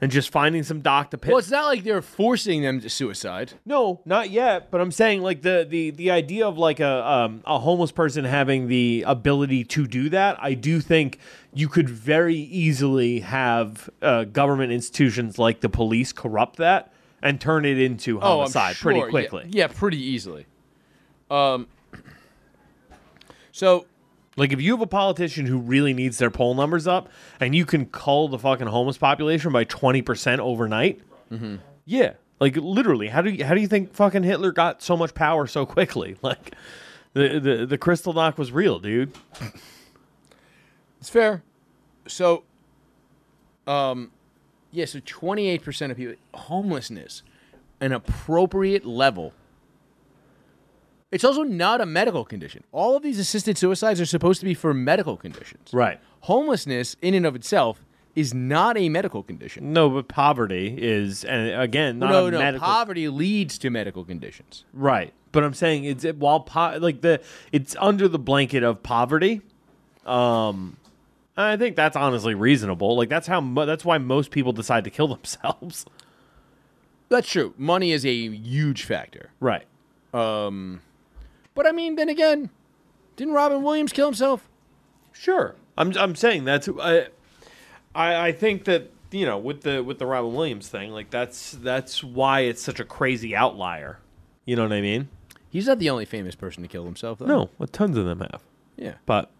S3: and just finding some doc to pick.
S1: (laughs) well, it's not like they're forcing them to suicide.
S3: No, not yet. But I'm saying like the the the idea of like a um, a homeless person having the ability to do that. I do think you could very easily have uh, government institutions like the police corrupt that and turn it into homicide
S1: Oh, sure,
S3: pretty
S1: yeah.
S3: quickly.
S1: Yeah, pretty easily. Um. (clears throat) So
S3: Like if you have a politician who really needs their poll numbers up and you can cull the fucking homeless population by 20% overnight.
S1: Mm-hmm.
S3: Yeah. Like literally, how do you how do you think fucking Hitler got so much power so quickly? (laughs) Like the the, the crystal knock was real, dude.
S1: It's fair. So, um, yeah. So twenty eight percent of people homelessness, an appropriate level. It's also not a medical condition. All of these assisted suicides are supposed to be for medical conditions.
S3: Right.
S1: Homelessness, in and of itself, is not a medical condition.
S3: No, but poverty is and again, not
S1: no,
S3: a
S1: no.
S3: medical
S1: Poverty leads to medical conditions.
S3: Right. But I'm saying it's it, while po- like the it's under the blanket of poverty. Um I think that's honestly reasonable. Like that's how mo- that's why most people decide to kill (laughs) themselves.
S1: That's true. Money is a huge factor.
S3: Right.
S1: But I mean, then again, didn't Robin Williams kill himself?
S3: Sure. I'm I'm saying that's I I, I think that you know with the with the Robin Williams thing like that's that's why it's such a crazy outlier. You know what I mean?
S1: He's not the only famous person to kill himself, though.
S3: No, well, tons of them have,
S1: Yeah.
S3: but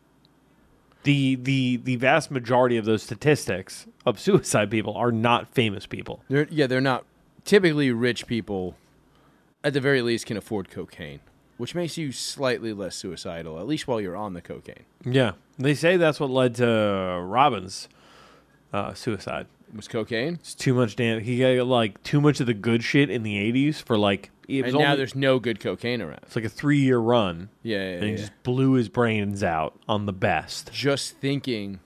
S3: the the the vast majority of those statistics of suicide people are not famous people.
S1: They're yeah, they're not typically rich people. At the very least, can afford cocaine, which makes you slightly less suicidal, at least while you're on the cocaine.
S3: Yeah, they say that's what led to Robin's uh, suicide.
S1: Was cocaine?
S3: It's too much damn. He got like too much of the good shit in the '80s for like. It was
S1: And now
S3: only-
S1: there's no good cocaine around.
S3: It's like a three year run.
S1: Yeah, yeah,
S3: And he
S1: yeah.
S3: just blew his brains out on the best.
S1: Just thinking.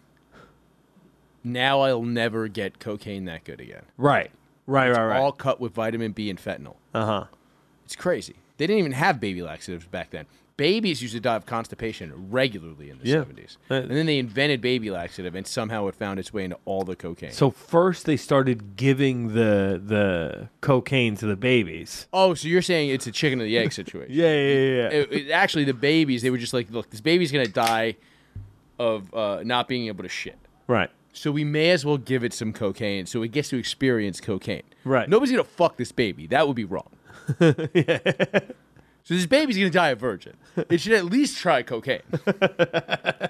S1: Now I'll never get cocaine that good again.
S3: Right. Right, right, right.
S1: All Uh-huh. cut with vitamin B and fentanyl.
S3: Uh huh.
S1: It's crazy. They didn't even have baby laxatives back then. Babies used to die of constipation regularly in the
S3: Yeah.
S1: 70s.
S3: Uh,
S1: And then they invented baby laxative, and somehow it found its way into all the cocaine.
S3: So first they started giving the the cocaine to the babies.
S1: oh, so you're saying it's a chicken and the egg situation?
S3: Yeah, yeah,
S1: it, it- actually the babies they were just like look this baby's gonna die of uh, not being able to shit
S3: Right.
S1: so we may as well give it some cocaine so it gets to experience cocaine
S3: Right.
S1: nobody's gonna fuck this baby that would be
S3: (laughs)
S1: wrong so this baby's gonna die a virgin it should at least try cocaine
S3: Yeah,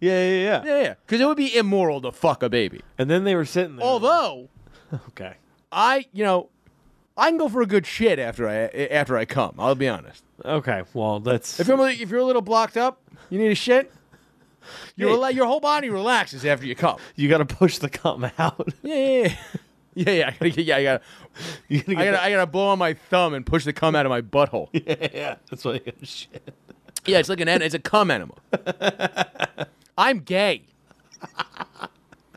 S3: yeah, (laughs) yeah.
S1: yeah because it would be immoral to fuck a baby
S3: And then they were sitting there.
S1: although
S3: okay.
S1: i you know i can go for a good shit after i after i come i'll be honest
S3: Okay. Well, that's
S1: if you're, if you're a little blocked up you need a shit You rela- your whole body relaxes after you come.
S3: You got to push the cum out. (laughs)
S1: Yeah, yeah, (laughs) yeah. yeah, yeah. I gotta, get- yeah, I gotta,
S3: you gotta
S1: I
S3: get
S1: gotta, I gotta blow on my thumb and push the cum out of my butthole. Yeah,
S3: that- (laughs) yeah, that's why you gotta shit.
S1: it's like an, en- it's a cum (laughs) enema. I'm gay.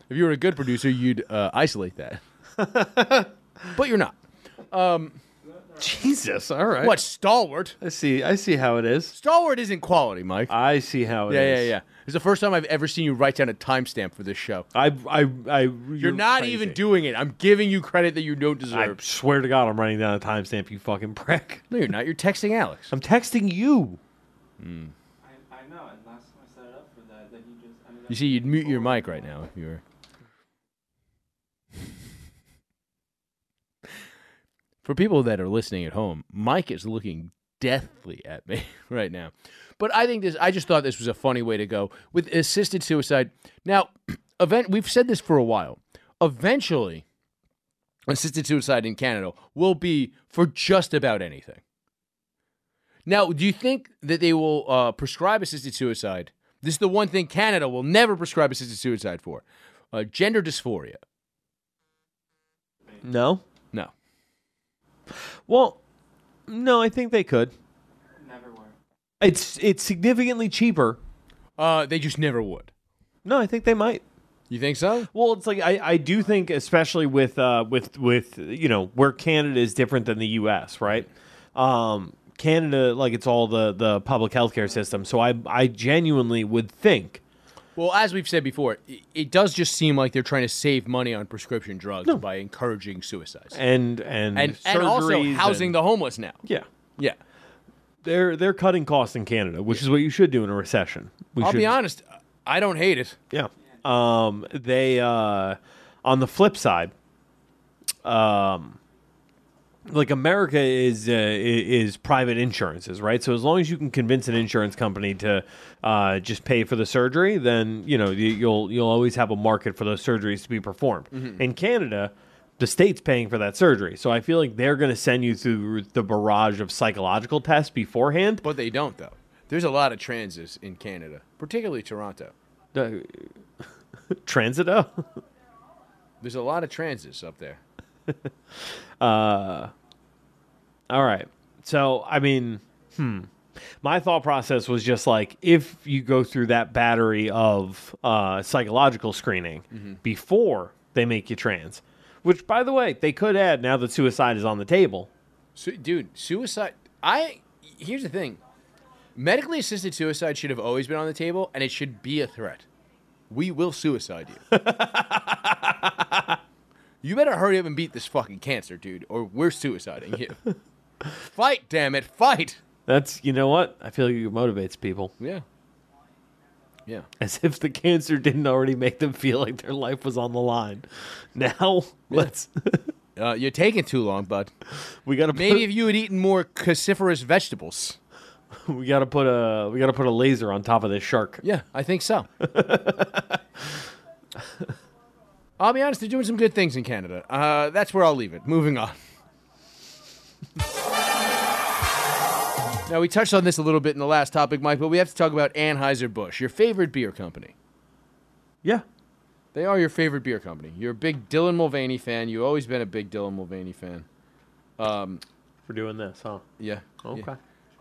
S1: If you were a good producer, you'd uh, isolate that, (laughs) but you're not.
S3: Jesus, all right.
S1: What stalwart?
S3: I see. I see how it is.
S1: Stalwart isn't quality, Mike.
S3: I see how it is.
S1: yeah, yeah, yeah. It's the first time I've ever seen you write down a timestamp for this show.
S3: I, I, I. You're,
S1: You're not even doing it. I'm giving you credit that you don't
S3: I
S1: deserve.
S3: swear to God, I'm writing down a timestamp. You fucking prick. (laughs)
S1: no, you're not. You're texting Alex.
S3: I'm texting you.
S6: I, I know, and last time I set it up for that, then he just ended up.
S1: You see, you'd mute your mic right now if you were. For people that are listening at home, Mike is looking deathly at me (laughs) right now. But I think this I just thought this was a funny way to go with assisted suicide. Now, (clears throat) event we've said this for a while. Eventually, assisted suicide in Canada will be for just about anything. Now, do you think that they will uh, prescribe assisted suicide? This is the one thing Canada will never prescribe assisted suicide for uh, gender dysphoria.
S3: No.
S1: No.
S3: Well, no. I think they could.
S6: Never were.
S3: It's it's significantly cheaper.
S1: Uh, they just never would.
S3: No, I think they might.
S1: You think so?
S3: Well, it's like I, I do think, especially with uh, with with you know where Canada is different than the U.S. Right? Um, Canada, like it's all the the public healthcare system. So I I genuinely would think
S1: Well, as we've said before, it, it does just seem like they're trying to save money on prescription drugs by encouraging suicides.
S3: and and
S1: And, and also
S3: surgeries
S1: housing
S3: and-
S1: the homeless now.
S3: yeah.
S1: Yeah.
S3: They're they're cutting costs in Canada, which is what you should do in a recession. We
S1: I'll
S3: should,
S1: be honest, I don't hate it.
S3: Yeah. Um, they uh, on the flip side, um, like America is uh, i- is private insurances, right? So as long as you can convince an insurance company to uh, just pay for the surgery, then you know you, you'll you'll always have a market for those surgeries to be performed. In Canada. The state's paying for that surgery, so I feel like they're going to send you through the barrage of psychological tests beforehand.
S1: But they don't, though. There's a lot of transes in Canada, particularly Toronto.
S3: (laughs) Uh, Transito,
S1: There's a lot of transes up there.
S3: All right. So, I mean, hmm. My thought process was just like if you go through that battery of uh, psychological screening
S1: Mm-hmm.
S3: before they make you trans, which, by the way, they could add now that suicide is on the table.
S1: Su- dude, suicide. I here's the thing: medically assisted suicide should have always been on the table, and it should be a threat. We will suicide you. you better hurry up and beat this fucking cancer, dude, or we're suiciding you. fight, damn it, fight.
S3: That's, you know what? I feel like it motivates people (laughs)
S1: Yeah. Yeah.
S3: as if the cancer didn't already make them feel like their life was on the line. (laughs) Now, let's, (laughs)
S1: Uh, you're taking too long, bud.
S3: we got to
S1: Maybe if you had eaten more cruciferous vegetables.
S3: we got to put a, we got to put a laser on top of this shark.
S1: Yeah, I think so. I'll be honest, they're doing some good things in Canada. Uh, that's where I'll leave it. Moving on. now, we touched on this a little bit in the last topic, Mike, but we have to talk about Anheuser-Busch, your favorite beer company.
S3: Yeah.
S1: They are your favorite beer company. You're a big Dylan Mulvaney fan. You've always been a big Dylan Mulvaney fan.
S3: We're doing this, huh?
S1: Yeah. yeah.
S3: Okay.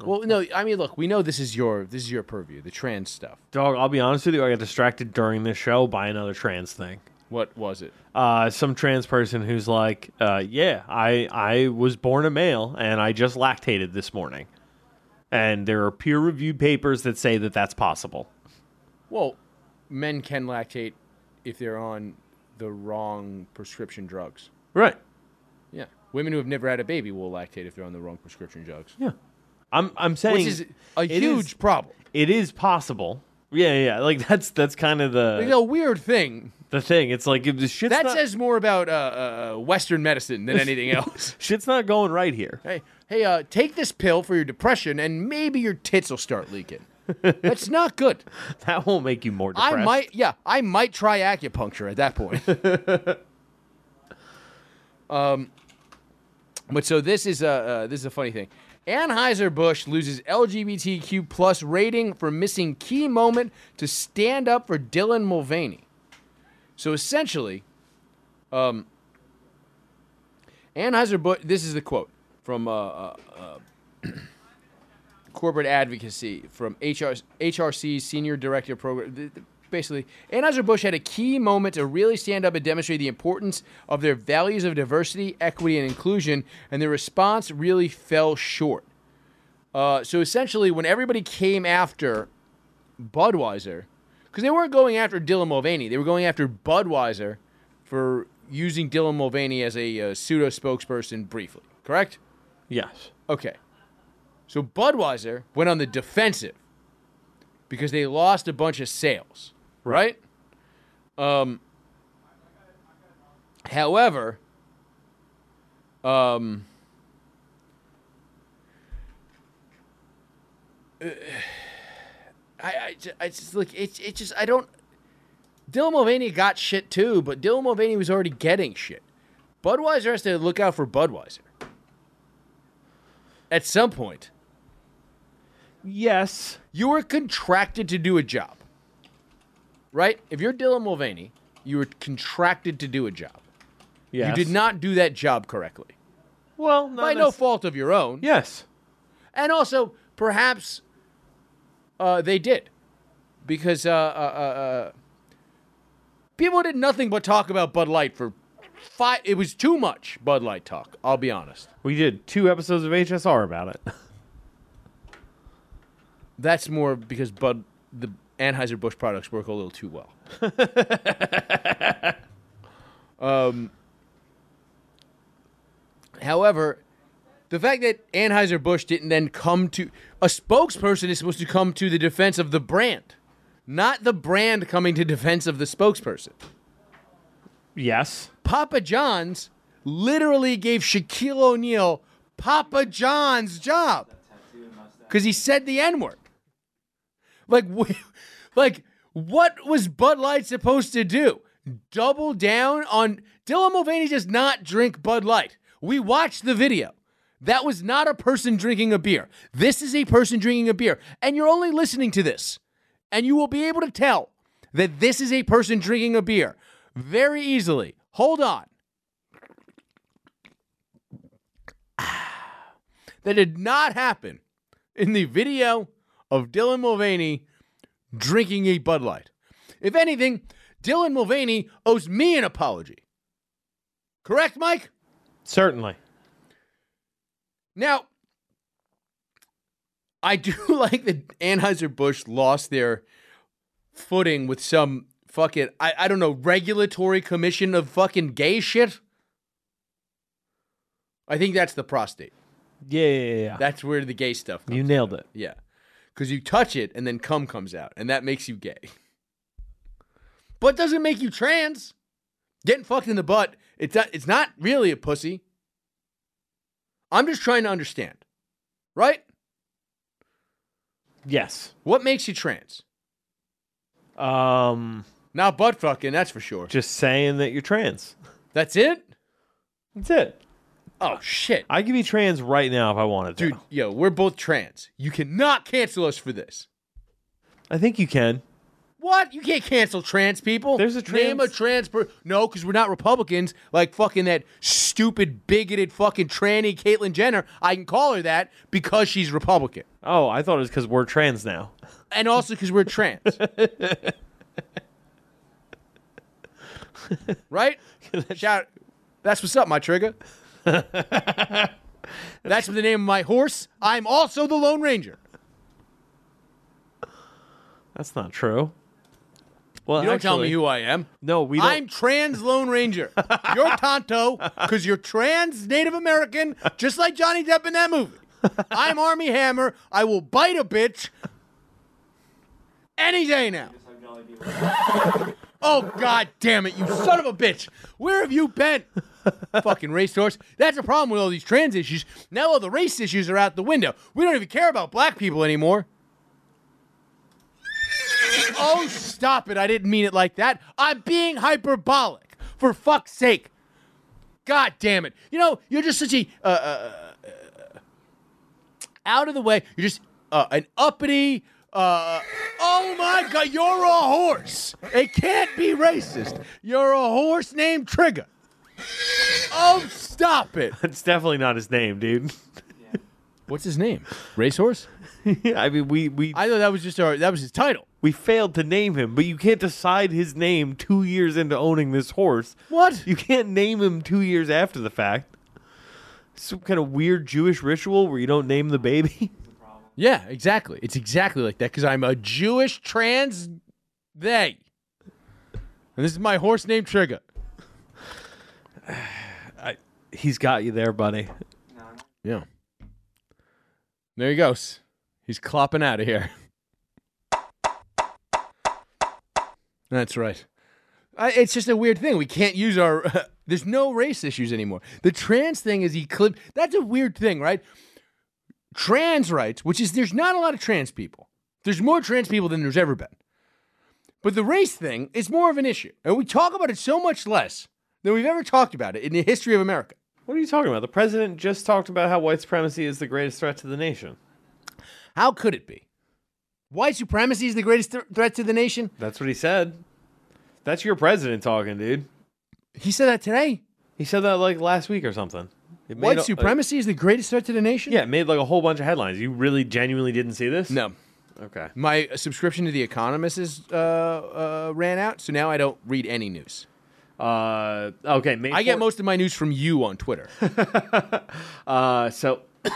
S1: Well, no, I mean, look, we know this is your this is your purview, the trans stuff.
S3: Dog, I'll be honest with you. I got distracted during this show by another trans thing.
S1: What was it?
S3: Uh, some trans person who's like, uh, "Yeah, I I was born a male and I just lactated this morning," and there are peer reviewed papers that say that that's possible.
S1: Well, men can lactate if they're on the wrong prescription drugs.
S3: Right.
S1: Yeah. Women who have never had a baby will lactate if they're on the wrong prescription drugs.
S3: Yeah. I'm I'm saying
S1: Which is a
S3: it
S1: huge
S3: is-
S1: problem.
S3: it is possible. Yeah, yeah, yeah. Like that's that's kind of the
S1: It's a weird thing.
S3: the thing. It's like if the shit's
S1: That
S3: not,
S1: says more about uh, uh, Western medicine than (laughs) anything else.
S3: shit's not going right here. (laughs)
S1: hey, hey, uh, take this pill for your depression, and maybe your tits will start (laughs) leaking. That's not good.
S3: That won't make you more depressed.
S1: I might, yeah, I might try acupuncture at that point. um, but so this is a uh, this is a funny thing. Anheuser-Busch loses LGBTQ plus rating for missing key moment to stand up for Dylan Mulvaney. So essentially, um, Anheuser-Busch, this is the quote from uh, uh, corporate advocacy from HR, HRC's senior director of program. th- th- Basically, Anheuser-Busch had a key moment to really stand up and demonstrate the importance of their values of diversity, equity, and inclusion, and their response really fell short. Uh, so essentially, when everybody came after Budweiser, because they weren't going after Dylan Mulvaney, they were going after Budweiser for using Dylan Mulvaney as a uh, pseudo spokesperson briefly, correct?
S4: Yes.
S1: Okay. So Budweiser went on the defensive because they lost a bunch of sales, right? Um, however, um, uh, I, I, ju- I just like it's it's just I don't. Dylan Mulvaney got shit too, but Dylan Mulvaney was already getting shit. Budweiser has to look out for Budweiser at some point.
S4: Yes.
S1: you were contracted to do a job, right? If you're Dylan Mulvaney, you were contracted to do a job.
S4: Yes.
S1: You did not do that job correctly
S4: Well, not
S1: by no
S4: necess-
S1: fault of your own,
S4: Yes.
S1: and also perhaps uh, they did because uh, uh, uh, uh, people did nothing but talk about Bud Light for five. It was too much Bud Light talk. I'll be honest.
S4: We did two episodes of HSR about it.
S1: That's more because Bud the Anheuser Busch products work a little too well. um, Um, however, the fact that Anheuser Busch didn't then come to a spokesperson is supposed to come to the defense of the brand, not the brand coming to defense of the spokesperson.
S4: (laughs) yes.
S1: Papa John's literally gave Shaquille O'Neal Papa John's job
S7: tattoo and mustache.
S1: because he said the N word. Like, wh- (laughs) like what was Bud Light supposed to do? Double down on Dylan Mulvaney does not drink Bud Light. We watched the video. That was not a person drinking a beer. This is a person drinking a beer, and you're only listening to this, and you will be able to tell that this is a person drinking a beer very easily. Hold on. (sighs) That did not happen in the video of Dylan Mulvaney drinking a Bud Light. If anything, Dylan Mulvaney owes me an apology. Correct, Mike?
S4: Certainly.
S1: Now, I do (laughs) like that Anheuser-Busch lost their footing with some fucking, I, I don't know, regulatory commission of fucking gay shit. I think that's the prostate.
S4: Yeah, yeah, yeah.
S1: That's where the gay stuff comes
S4: you nailed it.
S1: Yeah. Because you touch it and then cum comes out, and that makes you gay. But doesn't make you trans. Getting fucked in the butt, it's not, it's not really a pussy. I'm just trying to understand, right?
S4: Yes.
S1: What makes you trans?
S4: Um,
S1: Not butt fucking, that's for sure.
S4: just saying that you're trans.
S1: That's it?
S4: That's it.
S1: Oh, shit.
S4: I could be trans right now if I wanted to.
S1: Dude, yo, we're both trans. You cannot cancel us for this.
S4: I think you can.
S1: What? You can't cancel trans people.
S4: There's a
S1: name a
S4: trans-
S1: trans per- No, because we're not Republicans like fucking that stupid bigoted fucking tranny Caitlyn Jenner. I can call her that because she's Republican,
S4: Oh, I thought it was because we're trans now.
S1: and also because we're
S4: (laughs)
S1: trans. right? Shout. That's what's up, my
S4: (laughs)
S1: trigger. That's the name of my horse. I'm also the Lone Ranger.
S4: That's not true. Well,
S1: You don't tell me
S4: actually-
S1: who I am.
S4: No, we don't. (laughs)
S1: I'm trans Lone Ranger. You're Tonto because you're trans Native American, just like Johnny Depp in that movie. I'm Army Hammer. I will bite a bitch any day now.
S7: Just have Jolly Bee.
S1: Oh God damn it, you son of a bitch! Where have you been? Fucking racehorse. That's a problem with all these trans issues. Now all the race issues are out the window. We don't even care about black people anymore. Oh, stop it! I didn't mean it like that. I'm being hyperbolic. For fuck's sake. God damn it! You know you're just such a uh, uh, uh, out of the way. You're just uh, an uppity. Uh, oh my God! You're a horse. It can't be racist. You're a horse named Trigger. Oh, stop it!
S3: It's definitely not his name,
S4: (laughs)
S3: dude.
S1: What's his name? Racehorse?
S3: I mean, we we
S1: I thought that was just our, that was his title.
S3: we failed to name him, but you can't decide his name two years into owning this horse.
S1: What?
S3: You can't name him two years after the fact. Some kind of weird Jewish ritual where you don't name the baby. (laughs)
S1: Yeah, exactly. It's exactly like that because I'm a Jewish trans they, and this is my horse named Trigger.
S3: He's got you there, buddy.
S8: No, I'm not-
S1: Yeah. There he goes. He's clopping out of here. That's right. I, it's just a weird thing. We can't use our. (laughs) there's no race issues anymore. The trans thing is eclipsed. That's a weird thing, right? Trans rights, which is there's not a lot of trans people. There's more trans people than there's ever been. But the race thing is more of an issue. And we talk about it so much less than we've ever talked about it in the history of America.
S3: What are you talking about? The president just talked about how white supremacy is the greatest threat to the nation.
S1: How could it be? White supremacy is the greatest th- threat to the nation.
S3: That's what he said. That's your president talking, dude.
S1: He said that today.
S3: He said that like last week or something. It made
S1: White
S3: a-
S1: supremacy is the greatest threat to the nation.
S3: yeah, it made like a whole bunch of headlines. You really genuinely didn't see this?
S1: No,
S3: Okay.
S1: my uh, subscription to The Economist is uh, uh, ran out, so now I don't read any news.
S3: Uh, okay. May
S1: I get
S3: four-
S1: most of my news from you on Twitter.
S3: Uh, so (coughs)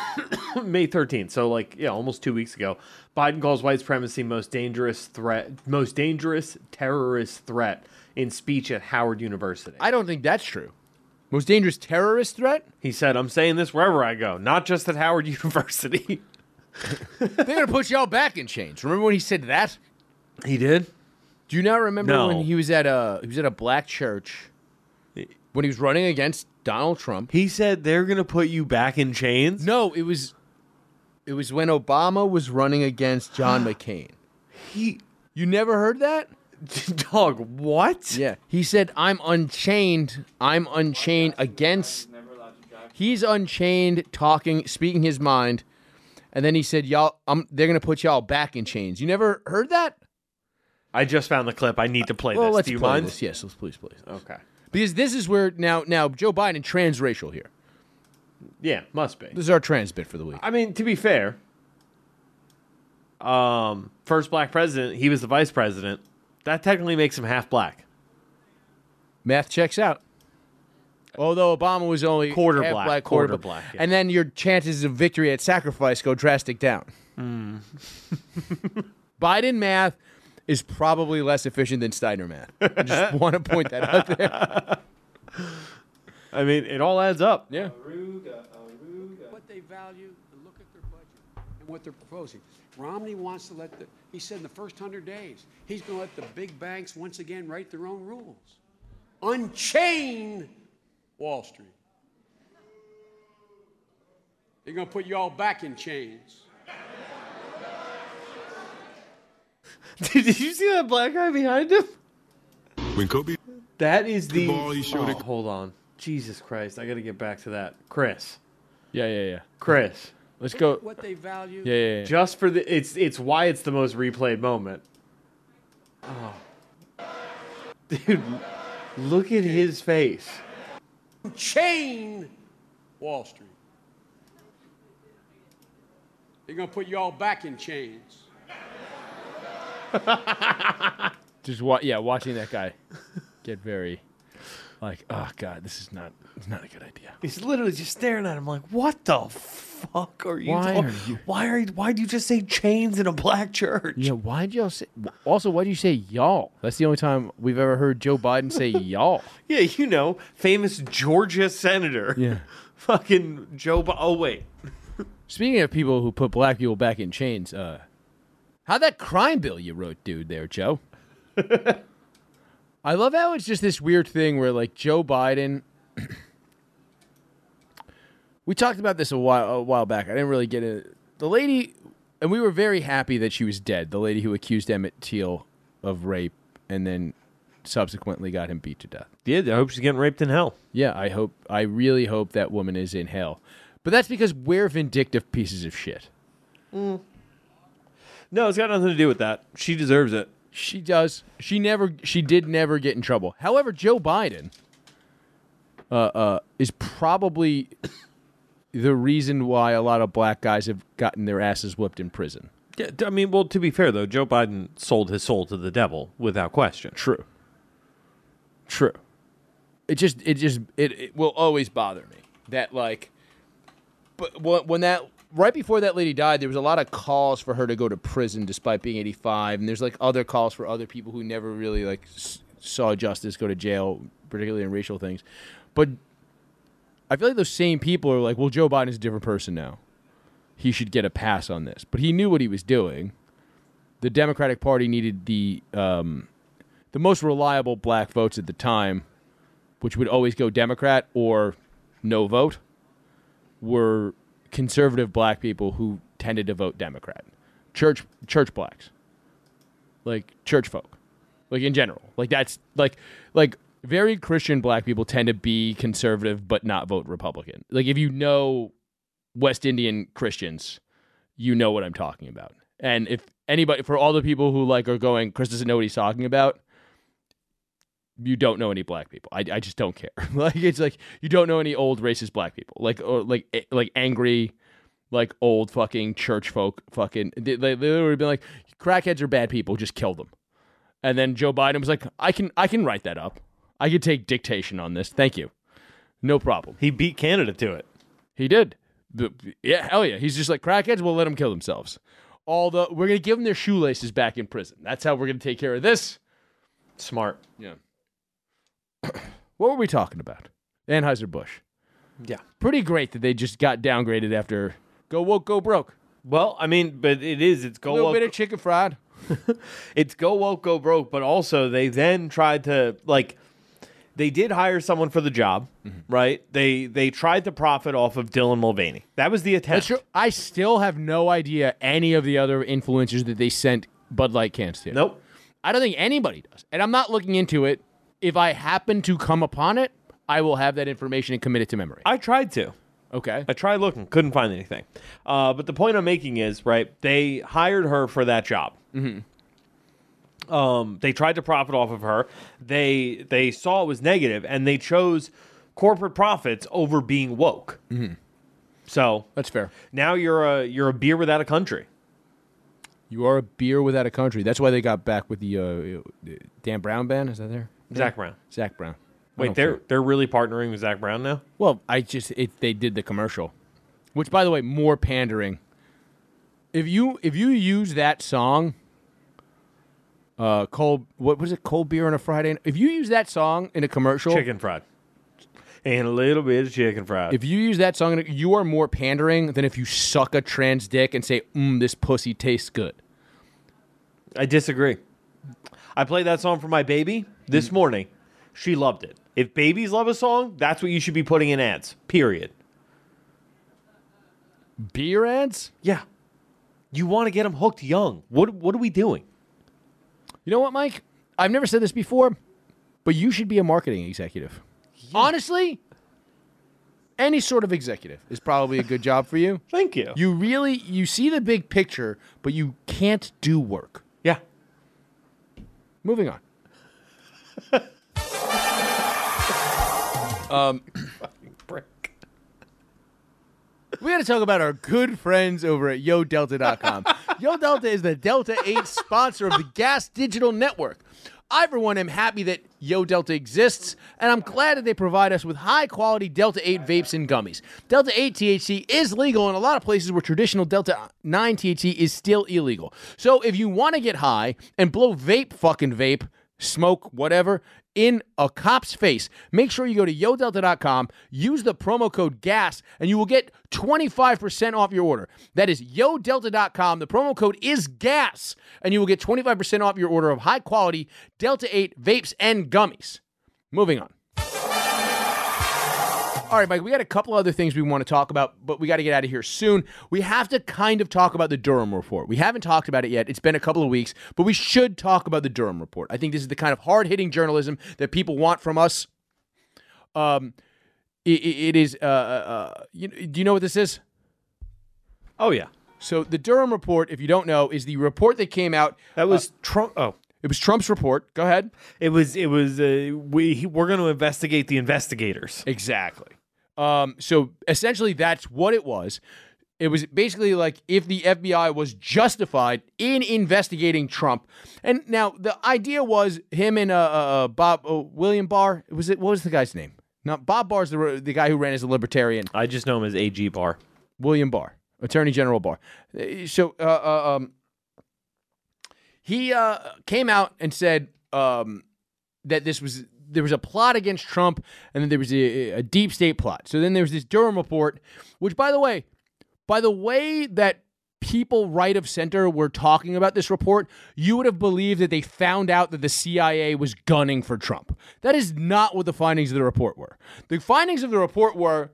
S3: May 13th, so like yeah, almost 2 weeks ago, Biden calls white supremacy most dangerous threat, most dangerous terrorist threat in speech at Howard University.
S1: (laughs) I don't think that's true. Most dangerous terrorist threat?
S3: He said, "I'm saying this wherever I go, not just at Howard (laughs) University."
S1: They're gonna put y'all back in chains. Remember when he said that?
S3: he did?
S1: Do you not remember
S3: No.
S1: when he was at a he was at a black church when he was running against Donald Trump?
S3: He said they're going to put you back in chains?
S1: No, it was it was when Obama was running against (gasps) John McCain.
S3: He
S1: You never heard that?
S3: (laughs) dog, what?
S1: Yeah. He said, I'm unchained. I'm unchained against
S8: I'm never allowed to drive.
S1: he's unchained talking speaking his mind. And then he said, Y'all I'm they're gonna put y'all back in chains. You never heard that?
S3: I just found the clip. I need to play
S1: Well
S3: this.
S1: let's
S3: Do you
S1: play
S3: mind?
S1: this. Yes, let's please please.
S3: Okay.
S1: Because this is where now now Joe Biden transracial here.
S3: Yeah, must be.
S1: This is our trans bit for the week.
S3: I mean, to be fair, um, first black president, he was the vice president. That technically makes him half black.
S1: Math checks out. Although Obama was only
S3: Quarter
S1: half
S3: black,
S1: quarter,
S3: quarter
S1: black,
S3: black, yeah.
S1: and then your chances of victory at sacrifice go drastic down. Hmm. (laughs) Biden math is probably less efficient than Steiner math. I (laughs) just want to point that out there.
S3: I mean, it all adds up.
S1: (laughs) Yeah.
S8: Aruga, Aruga.
S9: what they value, and look at their budget and what they're proposing. Romney wants to let the, he said in the first 100 days, he's going to let the big banks once again write their own rules. Unchain Wall Street. They're going to put you all back in chains.
S3: (laughs) Did you see that black guy behind him?
S10: When Kobe
S3: That is the.
S10: ball, he showed
S3: Oh,
S10: it-
S3: hold on, Jesus Christ! I got to get back to that, Chris.
S1: Yeah, yeah, yeah.
S3: Chris,
S1: Let's go.
S9: What they value,
S1: Yeah, yeah, yeah.
S3: just for the it's it's why it's the most replayed moment. Oh, dude, look at his face.
S9: unchain Wall Street. They're going to put you all back in chains.
S1: Just wa- yeah, watching that guy get very like, oh god, this is not it's not a good idea.
S3: He's literally just staring at him like, what the fuck are you
S1: Why
S3: talk-
S1: are you-
S3: Why are you, why'd you just say chains in a black church?
S1: Yeah, why would y'all say? Also, why do you say y'all? That's the only time we've ever heard Joe Biden say (laughs) y'all.
S3: Yeah, you know, famous Georgia senator.
S1: Yeah.
S3: (laughs) Fucking Joe Bi- Oh, wait.
S1: Speaking of people who put black people back in chains, uh, how that crime bill you wrote, dude, there, Joe. I love how it's just this weird thing where, like, Joe Biden. (clears throat) we talked about this a while a while back. I didn't really get it. The lady, and we were very happy that she was dead. The lady who accused Emmett Till of rape and then subsequently got him beat to death.
S3: Yeah, I hope she's getting raped in hell.
S1: Yeah, I hope I really hope that woman is in hell. But that's because we're vindictive pieces of shit.
S3: No, it's got nothing to do with that. She deserves it.
S1: She does. She never. She did never get in trouble. However, Joe Biden uh, uh, is probably (coughs) the reason why a lot of black guys have gotten their asses whipped in prison.
S3: Yeah, I mean, well, to be fair though, Joe Biden sold his soul to the devil without question.
S1: True.
S3: True.
S1: It just. It just. It, it will always bother me that like. But when when that right before that lady died, there was a lot of calls for her to go to prison despite being 85, and there's like other calls for other people who never really like s- saw justice go to jail, particularly in racial things. But I feel like those same people are like, well, Joe Biden's a different person now. He should get a pass on this. But he knew what he was doing. The Democratic Party needed the um, the most reliable black votes at the time, which would always go Democrat or no vote, were conservative black people who tended to vote Democrat. Church church blacks. Like church folk. Like in general. Like that's like like very Christian black people tend to be conservative but not vote Republican. Like if you know West Indian Christians, you know what I'm talking about. And if anybody for all the people who like are going, Chris doesn't know what he's talking about, you don't know any black people. I, I just don't care. (laughs) like it's like you don't know any old racist black people. Like or like eh, like angry, like old fucking church folk. Fucking they, they, they would have been like crackheads are bad people. Just kill them. And then Joe Biden was like, I can I can write that up. I could take dictation on this. Thank you. No problem.
S3: He beat Canada to it.
S1: He did. The- Yeah, hell yeah. He's just like crackheads. We'll let them kill themselves. All the we're gonna give them their shoelaces back in prison. That's how we're gonna take care of this.
S3: Smart.
S1: Yeah. what were we talking about? Anheuser Busch.
S3: Yeah.
S1: Pretty great that they just got downgraded after go woke, go broke.
S3: Well, I mean, but it is. It's
S1: A
S3: go
S1: little
S3: woke.
S1: bit of chicken fried.
S3: it's go woke, go broke. But also, they then tried to like. They did hire someone for the job,
S1: Mm-hmm.
S3: right? They they tried to profit off of Dylan Mulvaney. That was the attempt.
S1: That's true. I still have no idea any of the other influencers that they sent Bud Light cans to.
S3: Nope.
S1: I don't think anybody does. And I'm not looking into it. If I happen to come upon it, I will have that information and commit it to memory.
S3: I tried to.
S1: Okay.
S3: I tried looking, couldn't find anything. Uh, but the point I'm making is, right, they hired her for that job.
S1: Mm-hmm.
S3: Um, they tried to profit off of her. They they saw it was negative, and they chose corporate profits over being woke.
S1: Mm-hmm.
S3: So
S1: That's fair.
S3: now you're a you're a beer without a country.
S1: You are a beer without a country. That's why they got back with the uh, Dan Brown band. Is that there?
S3: Zach Brown.
S1: Zach Brown. I
S3: Wait,
S1: don't
S3: they're
S1: care.
S3: they're really partnering with Zach Brown now.
S1: Well, I just it, they did the commercial, which by the way, more pandering. If you if you use that song, uh, cold what was it? Cold beer on a Friday. If you use that song in a commercial,
S3: Chicken fried, and a little bit of chicken fried.
S1: if you use that song, in a- you are more pandering than if you suck a trans dick and say, "Mmm, this pussy tastes good."
S3: I disagree. I played that song for my baby this
S4: Mm.
S3: morning. She loved it. If babies love a song, that's what you should be putting in ads. Period.
S1: Beer ads.
S3: Yeah. You want to get them hooked young. What what are we doing?
S1: You know what, Mike? I've never said this before, but you should be a marketing executive. Honestly, any sort of executive is probably a good job for you.
S3: Thank you.
S1: You really you see the big picture, but you can't do work.
S3: yeah.
S1: Moving on.
S3: Brick.
S1: We got to talk about our good friends over at YoDelta.com. YoDelta is the Delta 8 sponsor of the Gas Digital Network. I, for one, am happy that YoDelta exists, and I'm glad that they provide us with high quality Delta 8 vapes and gummies. Delta 8 THC is legal in a lot of places where traditional Delta 9 THC is still illegal. So if you want to get high and blow vape, fucking vape, smoke, whatever, in a cop's face. Make sure you go to yodelta.com, use the promo code GAS, and you will get 25% off your order. That is yodelta.com. The promo code is GAS, and you will get 25% off your order of high quality Delta 8 vapes and gummies. Moving on. All right, Mike, we got a couple other things we want to talk about, but we got to get out of here soon. We have to kind of talk about the Durham report. We haven't talked about it yet. It's been a couple of weeks, but we should talk about the Durham report. I think this is the kind of hard hitting journalism that people want from us. Um, i i- it is, uh, uh, uh, you, do you know what this is?
S3: Oh yeah.
S1: So the Durham report, if you don't know, is the report that came out.
S4: That was
S3: Uh,
S4: Trump. Oh,
S1: It was Trump's report. Go ahead.
S4: it was it was uh, we he- we're going to investigate the investigators.
S1: Exactly. Um, so essentially, that's what it was. It was basically like if the FBI was justified in investigating Trump. And now the idea was him and uh, uh, uh, Bob uh, William Barr. Was it what was the guy's name? Not Bob Barr's the the guy who ran as a libertarian.
S4: I just know him as AG Barr.
S1: William Barr, Attorney General Barr. Uh, So uh, uh, um, he uh, came out and said um, that this was there was a plot against Trump, and then there was a, a deep state plot. So then there was this Durham report, which, by the way, by the way that people right of center were talking about this report, you would have believed that they found out that the CIA was gunning for Trump. That is not what the findings of the report were. The findings of the report were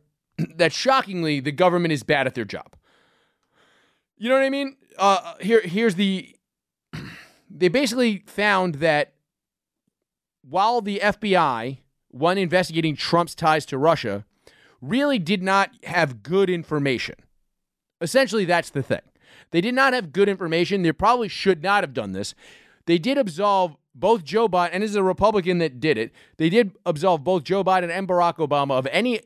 S1: that shockingly the government is bad at their job. You know what I mean? Uh, here, here's the. (clears throat) They basically found that while the FBI, one investigating Trump's ties to Russia, really did not have good information. Essentially, that's the thing. They did not have good information. They probably should not have done this. They did absolve both Joe Biden, and this is a Republican that did it. They did absolve both Joe Biden and Barack Obama of any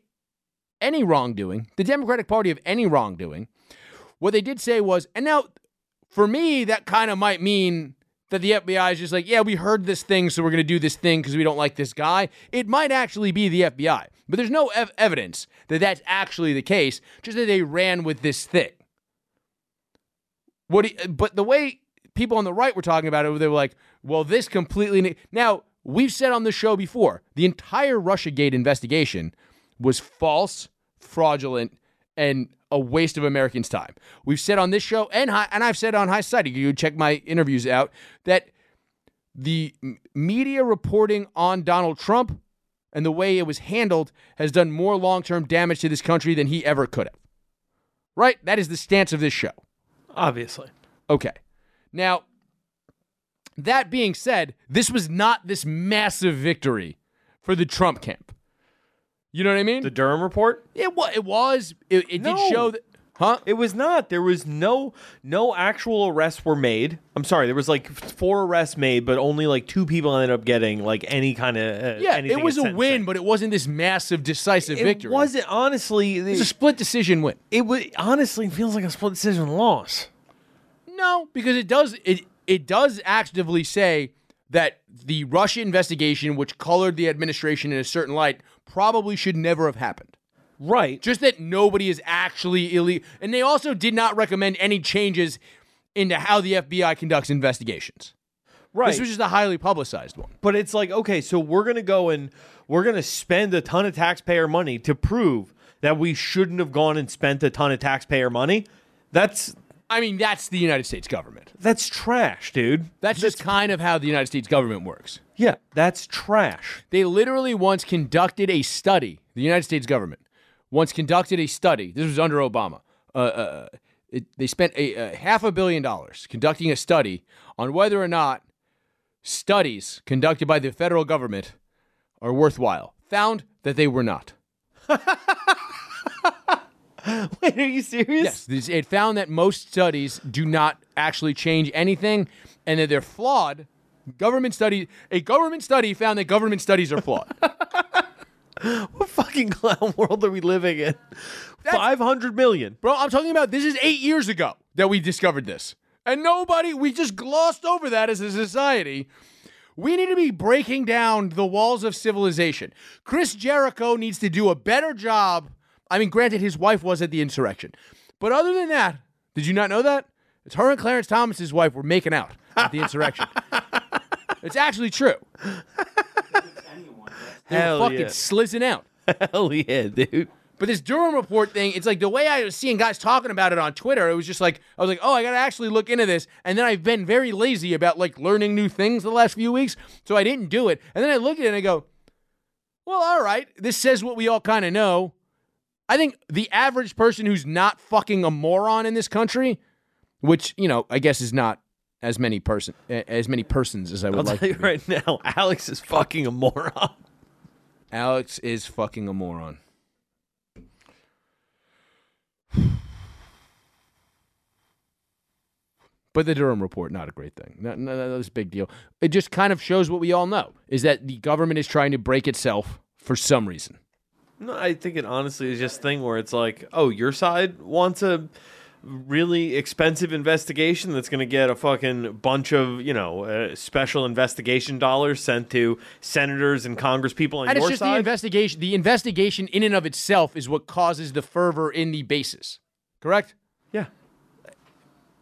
S1: any wrongdoing, the Democratic Party of any wrongdoing. What they did say was, and now for me, that kind of might mean that the FBI is just like, yeah, we heard this thing, so we're going to do this thing because we don't like this guy. It might actually be the FBI, but there's no ev- evidence that that's actually the case, just that they ran with this thing. What? do you- but the way people on the right were talking about it, they were like, "Well, this completely." ne- Now we've said on the show before, the entire RussiaGate investigation was false, fraudulent, and a waste of Americans' time. We've said on this show, and hi- and I've said on High Society, you can check my interviews out that the m- media reporting on Donald Trump and the way it was handled has done more long-term damage to this country than he ever could have. Right? That is the stance of this show.
S4: Obviously,
S1: Okay. Now, that being said, this was not this massive victory for the Trump camp. You know what I mean?
S4: the Durham report.
S1: it, wa- it was. It, it
S4: No.
S1: did show that. Huh?
S4: It was not. There was no no actual arrests were made. I'm sorry. There was like four arrests made, but only like two people ended up getting like any kind of uh,
S1: yeah,
S4: anything
S1: it was
S4: in
S1: a win,
S4: sentencing.
S1: but it wasn't this massive, decisive
S4: It
S1: victory.
S4: wasn't honestly.
S1: It was a
S4: It,
S1: split decision win.
S4: it was honestly feels like a split decision loss.
S1: No, because it does it it does actively say that the Russia investigation, which colored the administration in a certain light, probably should never have happened.
S4: Right.
S1: just that nobody is actually illegal. And they also did not recommend any changes into how the FBI conducts investigations.
S4: Right.
S1: This was just a highly publicized one.
S4: But it's like, okay, so we're going to go and we're going to spend a ton of taxpayer money to prove that we shouldn't have gone and spent a ton of taxpayer money. That's
S1: I mean, that's the United States government.
S4: that's trash, dude.
S1: That's just kind of how the United States government works.
S4: Yeah, that's trash.
S1: They literally once conducted a study. The United States government once conducted a study. This was under Obama. Uh, uh, it, they spent a, a half a billion dollars conducting a study on whether or not studies conducted by the federal government are worthwhile. Found that they were not.
S4: (laughs) Wait, are you serious?
S1: Yes, this- it found that most studies do not actually change anything, and that they're flawed. Government study, a government study found that government studies are flawed.
S4: What fucking clown (laughs) world are we living in? 500 million.
S1: Bro, I'm talking about this is eight years ago that we discovered this. And nobody, we just glossed over that as a society. We need to be breaking down the walls of civilization. Chris Jericho needs to do a better job. I mean, granted, his wife was at the insurrection. But other than that, did you not know that? It's her and Clarence Thomas's wife were making out at the
S4: (laughs)
S1: insurrection. it's actually true.
S7: Anyone. That's
S1: They
S4: Hell
S1: were fucking
S4: yeah.
S1: slizzing out.
S4: Hell yeah, dude.
S1: But this Durham report thing, it's like the way I was seeing guys talking about it on Twitter, it was just like I was like, "Oh, I got to actually look into this." And then I've been very lazy about like learning new things the last few weeks, so I didn't do it. And then I look at it and I go, "Well, all right. This says what we all kind of know." I think the average person who's not fucking a moron in this country, which, you know, I guess is not as many person as many persons as I would
S4: I'll
S1: like. it
S4: tell you
S1: to be.
S4: right now, (laughs) Alex is fucking a moron.
S1: Alex is fucking a moron. But the Durham report, not a great thing. Not, not, not this big deal. It just kind of shows what we all know is that the government is trying to break itself for some reason.
S4: No, I think it honestly is just a thing where it's like, oh, your side wants a really expensive investigation that's going to get a fucking bunch of you know uh, special investigation dollars sent to senators and congresspeople on
S1: And it's
S4: your
S1: just the
S4: side.
S1: investigation. The investigation in and of itself is what causes the fervor in the bases. Correct?
S4: yeah,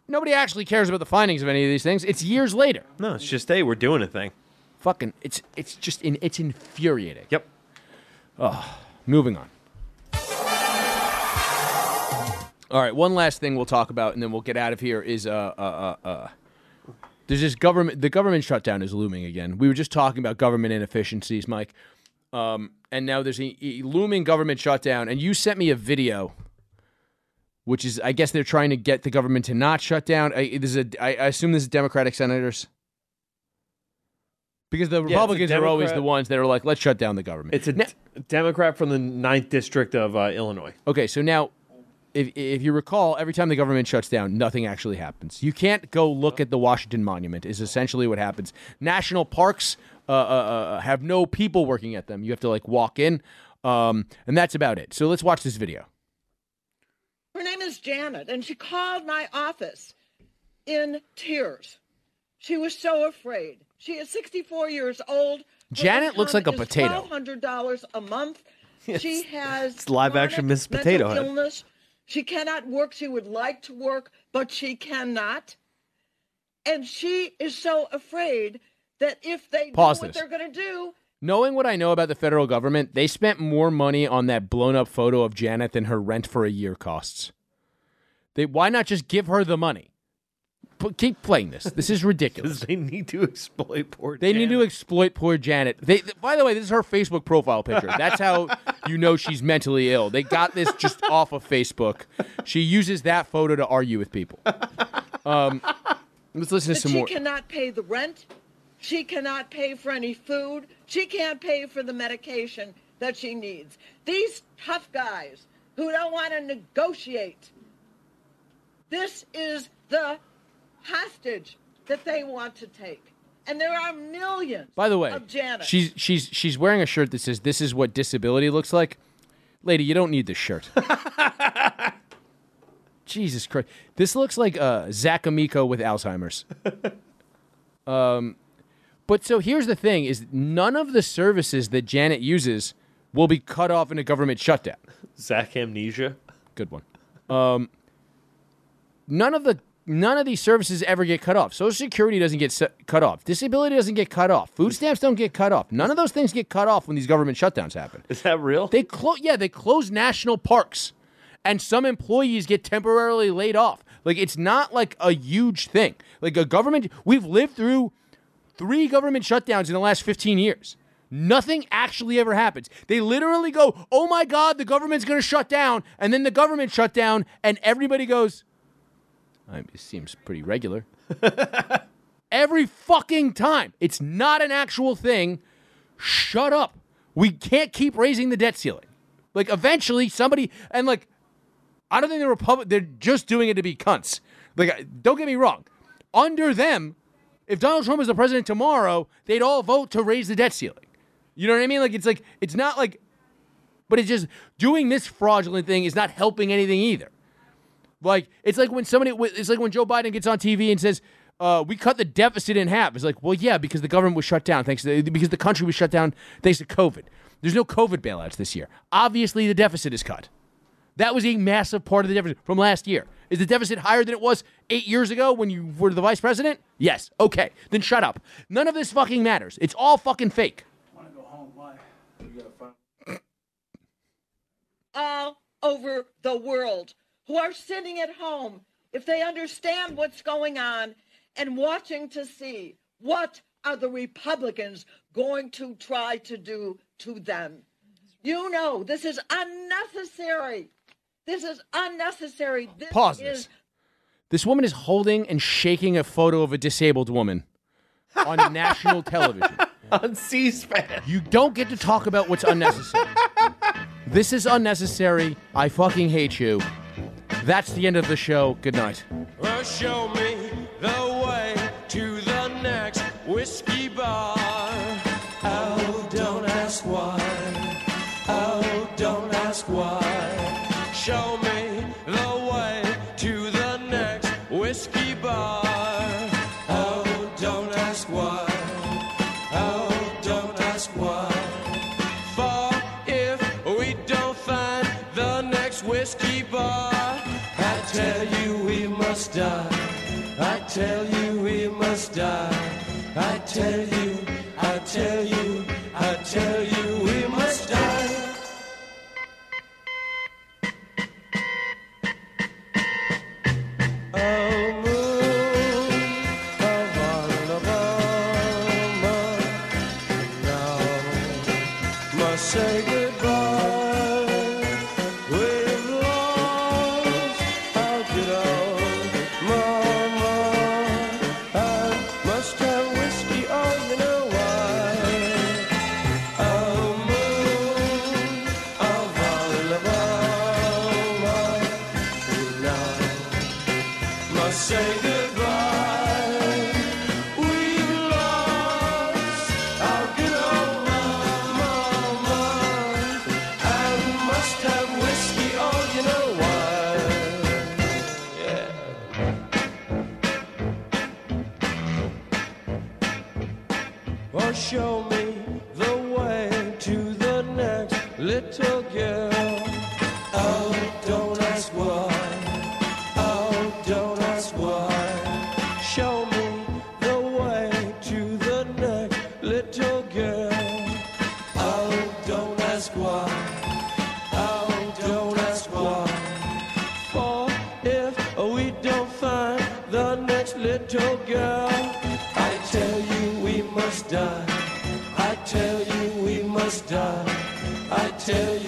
S1: Nobody actually cares about the findings of any of these things. It's years later.
S4: no, it's just hey, we're doing a thing.
S1: Fucking, it's it's just in, it's infuriating.
S4: Yep.
S1: Moving on. All right, one last thing we'll talk about, and then we'll get out of here. Is uh uh uh. uh there's this government. The government shutdown is looming again. We were just talking about government inefficiencies, Mike. Um, and now there's a, a looming government shutdown. And you sent me a video, which is, I guess, they're trying to get the government to not shut down. I, this is a, I, I assume this is Democratic senators, because the Republicans are always
S4: Democrat-
S1: the ones that are like, let's shut down the government.
S4: It's a
S1: Now-
S4: Democrat from the ninth district of uh, Illinois.
S1: Okay, so now, if if you recall, every time the government shuts down, nothing actually happens. You can't go look at the Washington Monument. Is essentially what happens. National parks uh, uh, uh, have no people working at them. You have to like walk in, um, and that's about it. So let's watch this video.
S11: Her name is Janet, and she called my office in tears. She was so afraid. She is 64 years old. Her
S1: Janet looks
S11: income
S1: like a
S11: is
S1: potato.
S11: $1,200
S1: (laughs)
S11: a month. She has
S4: it's live action
S11: chronic
S4: Miss
S11: mental
S4: Potato Head.
S11: illness. She cannot work. She would like to work, but she cannot. And she is so afraid that if they
S1: Pause
S11: do what
S1: this.
S11: they're going to do,
S1: Knowing what I know about the federal government, they spent more money on that blown up photo of Janet than her rent for a year costs. They why not just give her the money? P- keep playing this. This (laughs) is ridiculous.
S4: They need to exploit poor.
S1: They need to exploit poor Janet. They, th- by the way, this is her Facebook profile picture. That's how you know she's mentally ill. They got this just off of Facebook. She uses that photo to argue with people. Um, let's listen to
S11: that
S1: some
S11: she
S1: more.
S11: cannot pay the rent. She cannot pay for any food. She can't pay for the medication that she needs. These tough guys who don't want to negotiate. This is the hostage that they want to take. And there are millions
S1: By the way,
S11: of Janet.
S1: she's she's she's wearing a shirt that says "This is what disability looks like." Lady, you don't need this shirt. Jesus Christ, this looks like uh, Zach Amico with Alzheimer's. um, but so here's the thing: is none of the services that Janet uses will be cut off in a government shutdown.
S4: Zach amnesia.
S1: Good one. Um, none of the none of these services ever get cut off. Social Security doesn't get se- cut off. Disability doesn't get cut off. Food stamps don't get cut off. None of those things get cut off when these government shutdowns happen.
S4: Is that real?
S1: They close. Yeah, they close national parks, and some employees get temporarily laid off. Like it's not like a huge thing. Like a government, we've lived through three government shutdowns in the last 15 years. Nothing actually ever happens. They literally go, "Oh my God, the government's going to shut down," and then the government shut down, and everybody goes, I mean, "It seems pretty regular." Every fucking time, it's not an actual thing shut up. We can't keep raising the debt ceiling. Like eventually somebody and like I don't think the Republic they're just doing it to be cunts. Like I- don't get me wrong. Under them, if Donald Trump was the president tomorrow, they'd all vote to raise the debt ceiling. You know what I mean? Like it's like it's not like but it's just doing this fraudulent thing is not helping anything either. Like it's like when somebody it's like when Joe Biden gets on TV and says, uh, "We cut the deficit in half." It's like, well, yeah, because the government was shut down thanks to because the country was shut down thanks to COVID. There's no COVID bailouts this year. Obviously, the deficit is cut. That was a massive part of the deficit from last year. Is the deficit higher than it was eight years ago when you were the vice president? Yes. Okay. Then shut up. None of this fucking matters. It's all fucking fake.
S11: all over the world who are sitting at home, if they understand what's going on and watching to see what are the Republicans going to try to do to them. You know, this is unnecessary. This is unnecessary. This
S1: Pause
S11: is
S1: this. This woman is holding and shaking a photo of a disabled woman
S4: (laughs)
S1: on national television.
S4: on C-SPAN.
S1: You don't get to talk about what's unnecessary. this is unnecessary. I fucking hate you. That's the end of the show. Good night.
S12: Well, show me the high. Show me the way to the next whiskey bar. Oh, don't ask why. Oh, don't ask why. For if we don't find the next whiskey bar, I tell you we must die. I tell you we must die. I tell you, I tell you, I tell you we must die. Say goodbye. We've lost our good old mama. I must have whiskey, oh, you know why. Oh, moon of Alabama. We now must say goodbye. We've lost our good old mama. I must have whiskey, oh, you know why. Yeah. Well, show me the way to the next little girl. Oh, don't ask why. Oh, don't ask why. Show me the way to the next little girl. Oh, don't ask why. Oh, don't ask why. For if we don't find the next little girl, I tell you we must die. I tell you we must die. I tell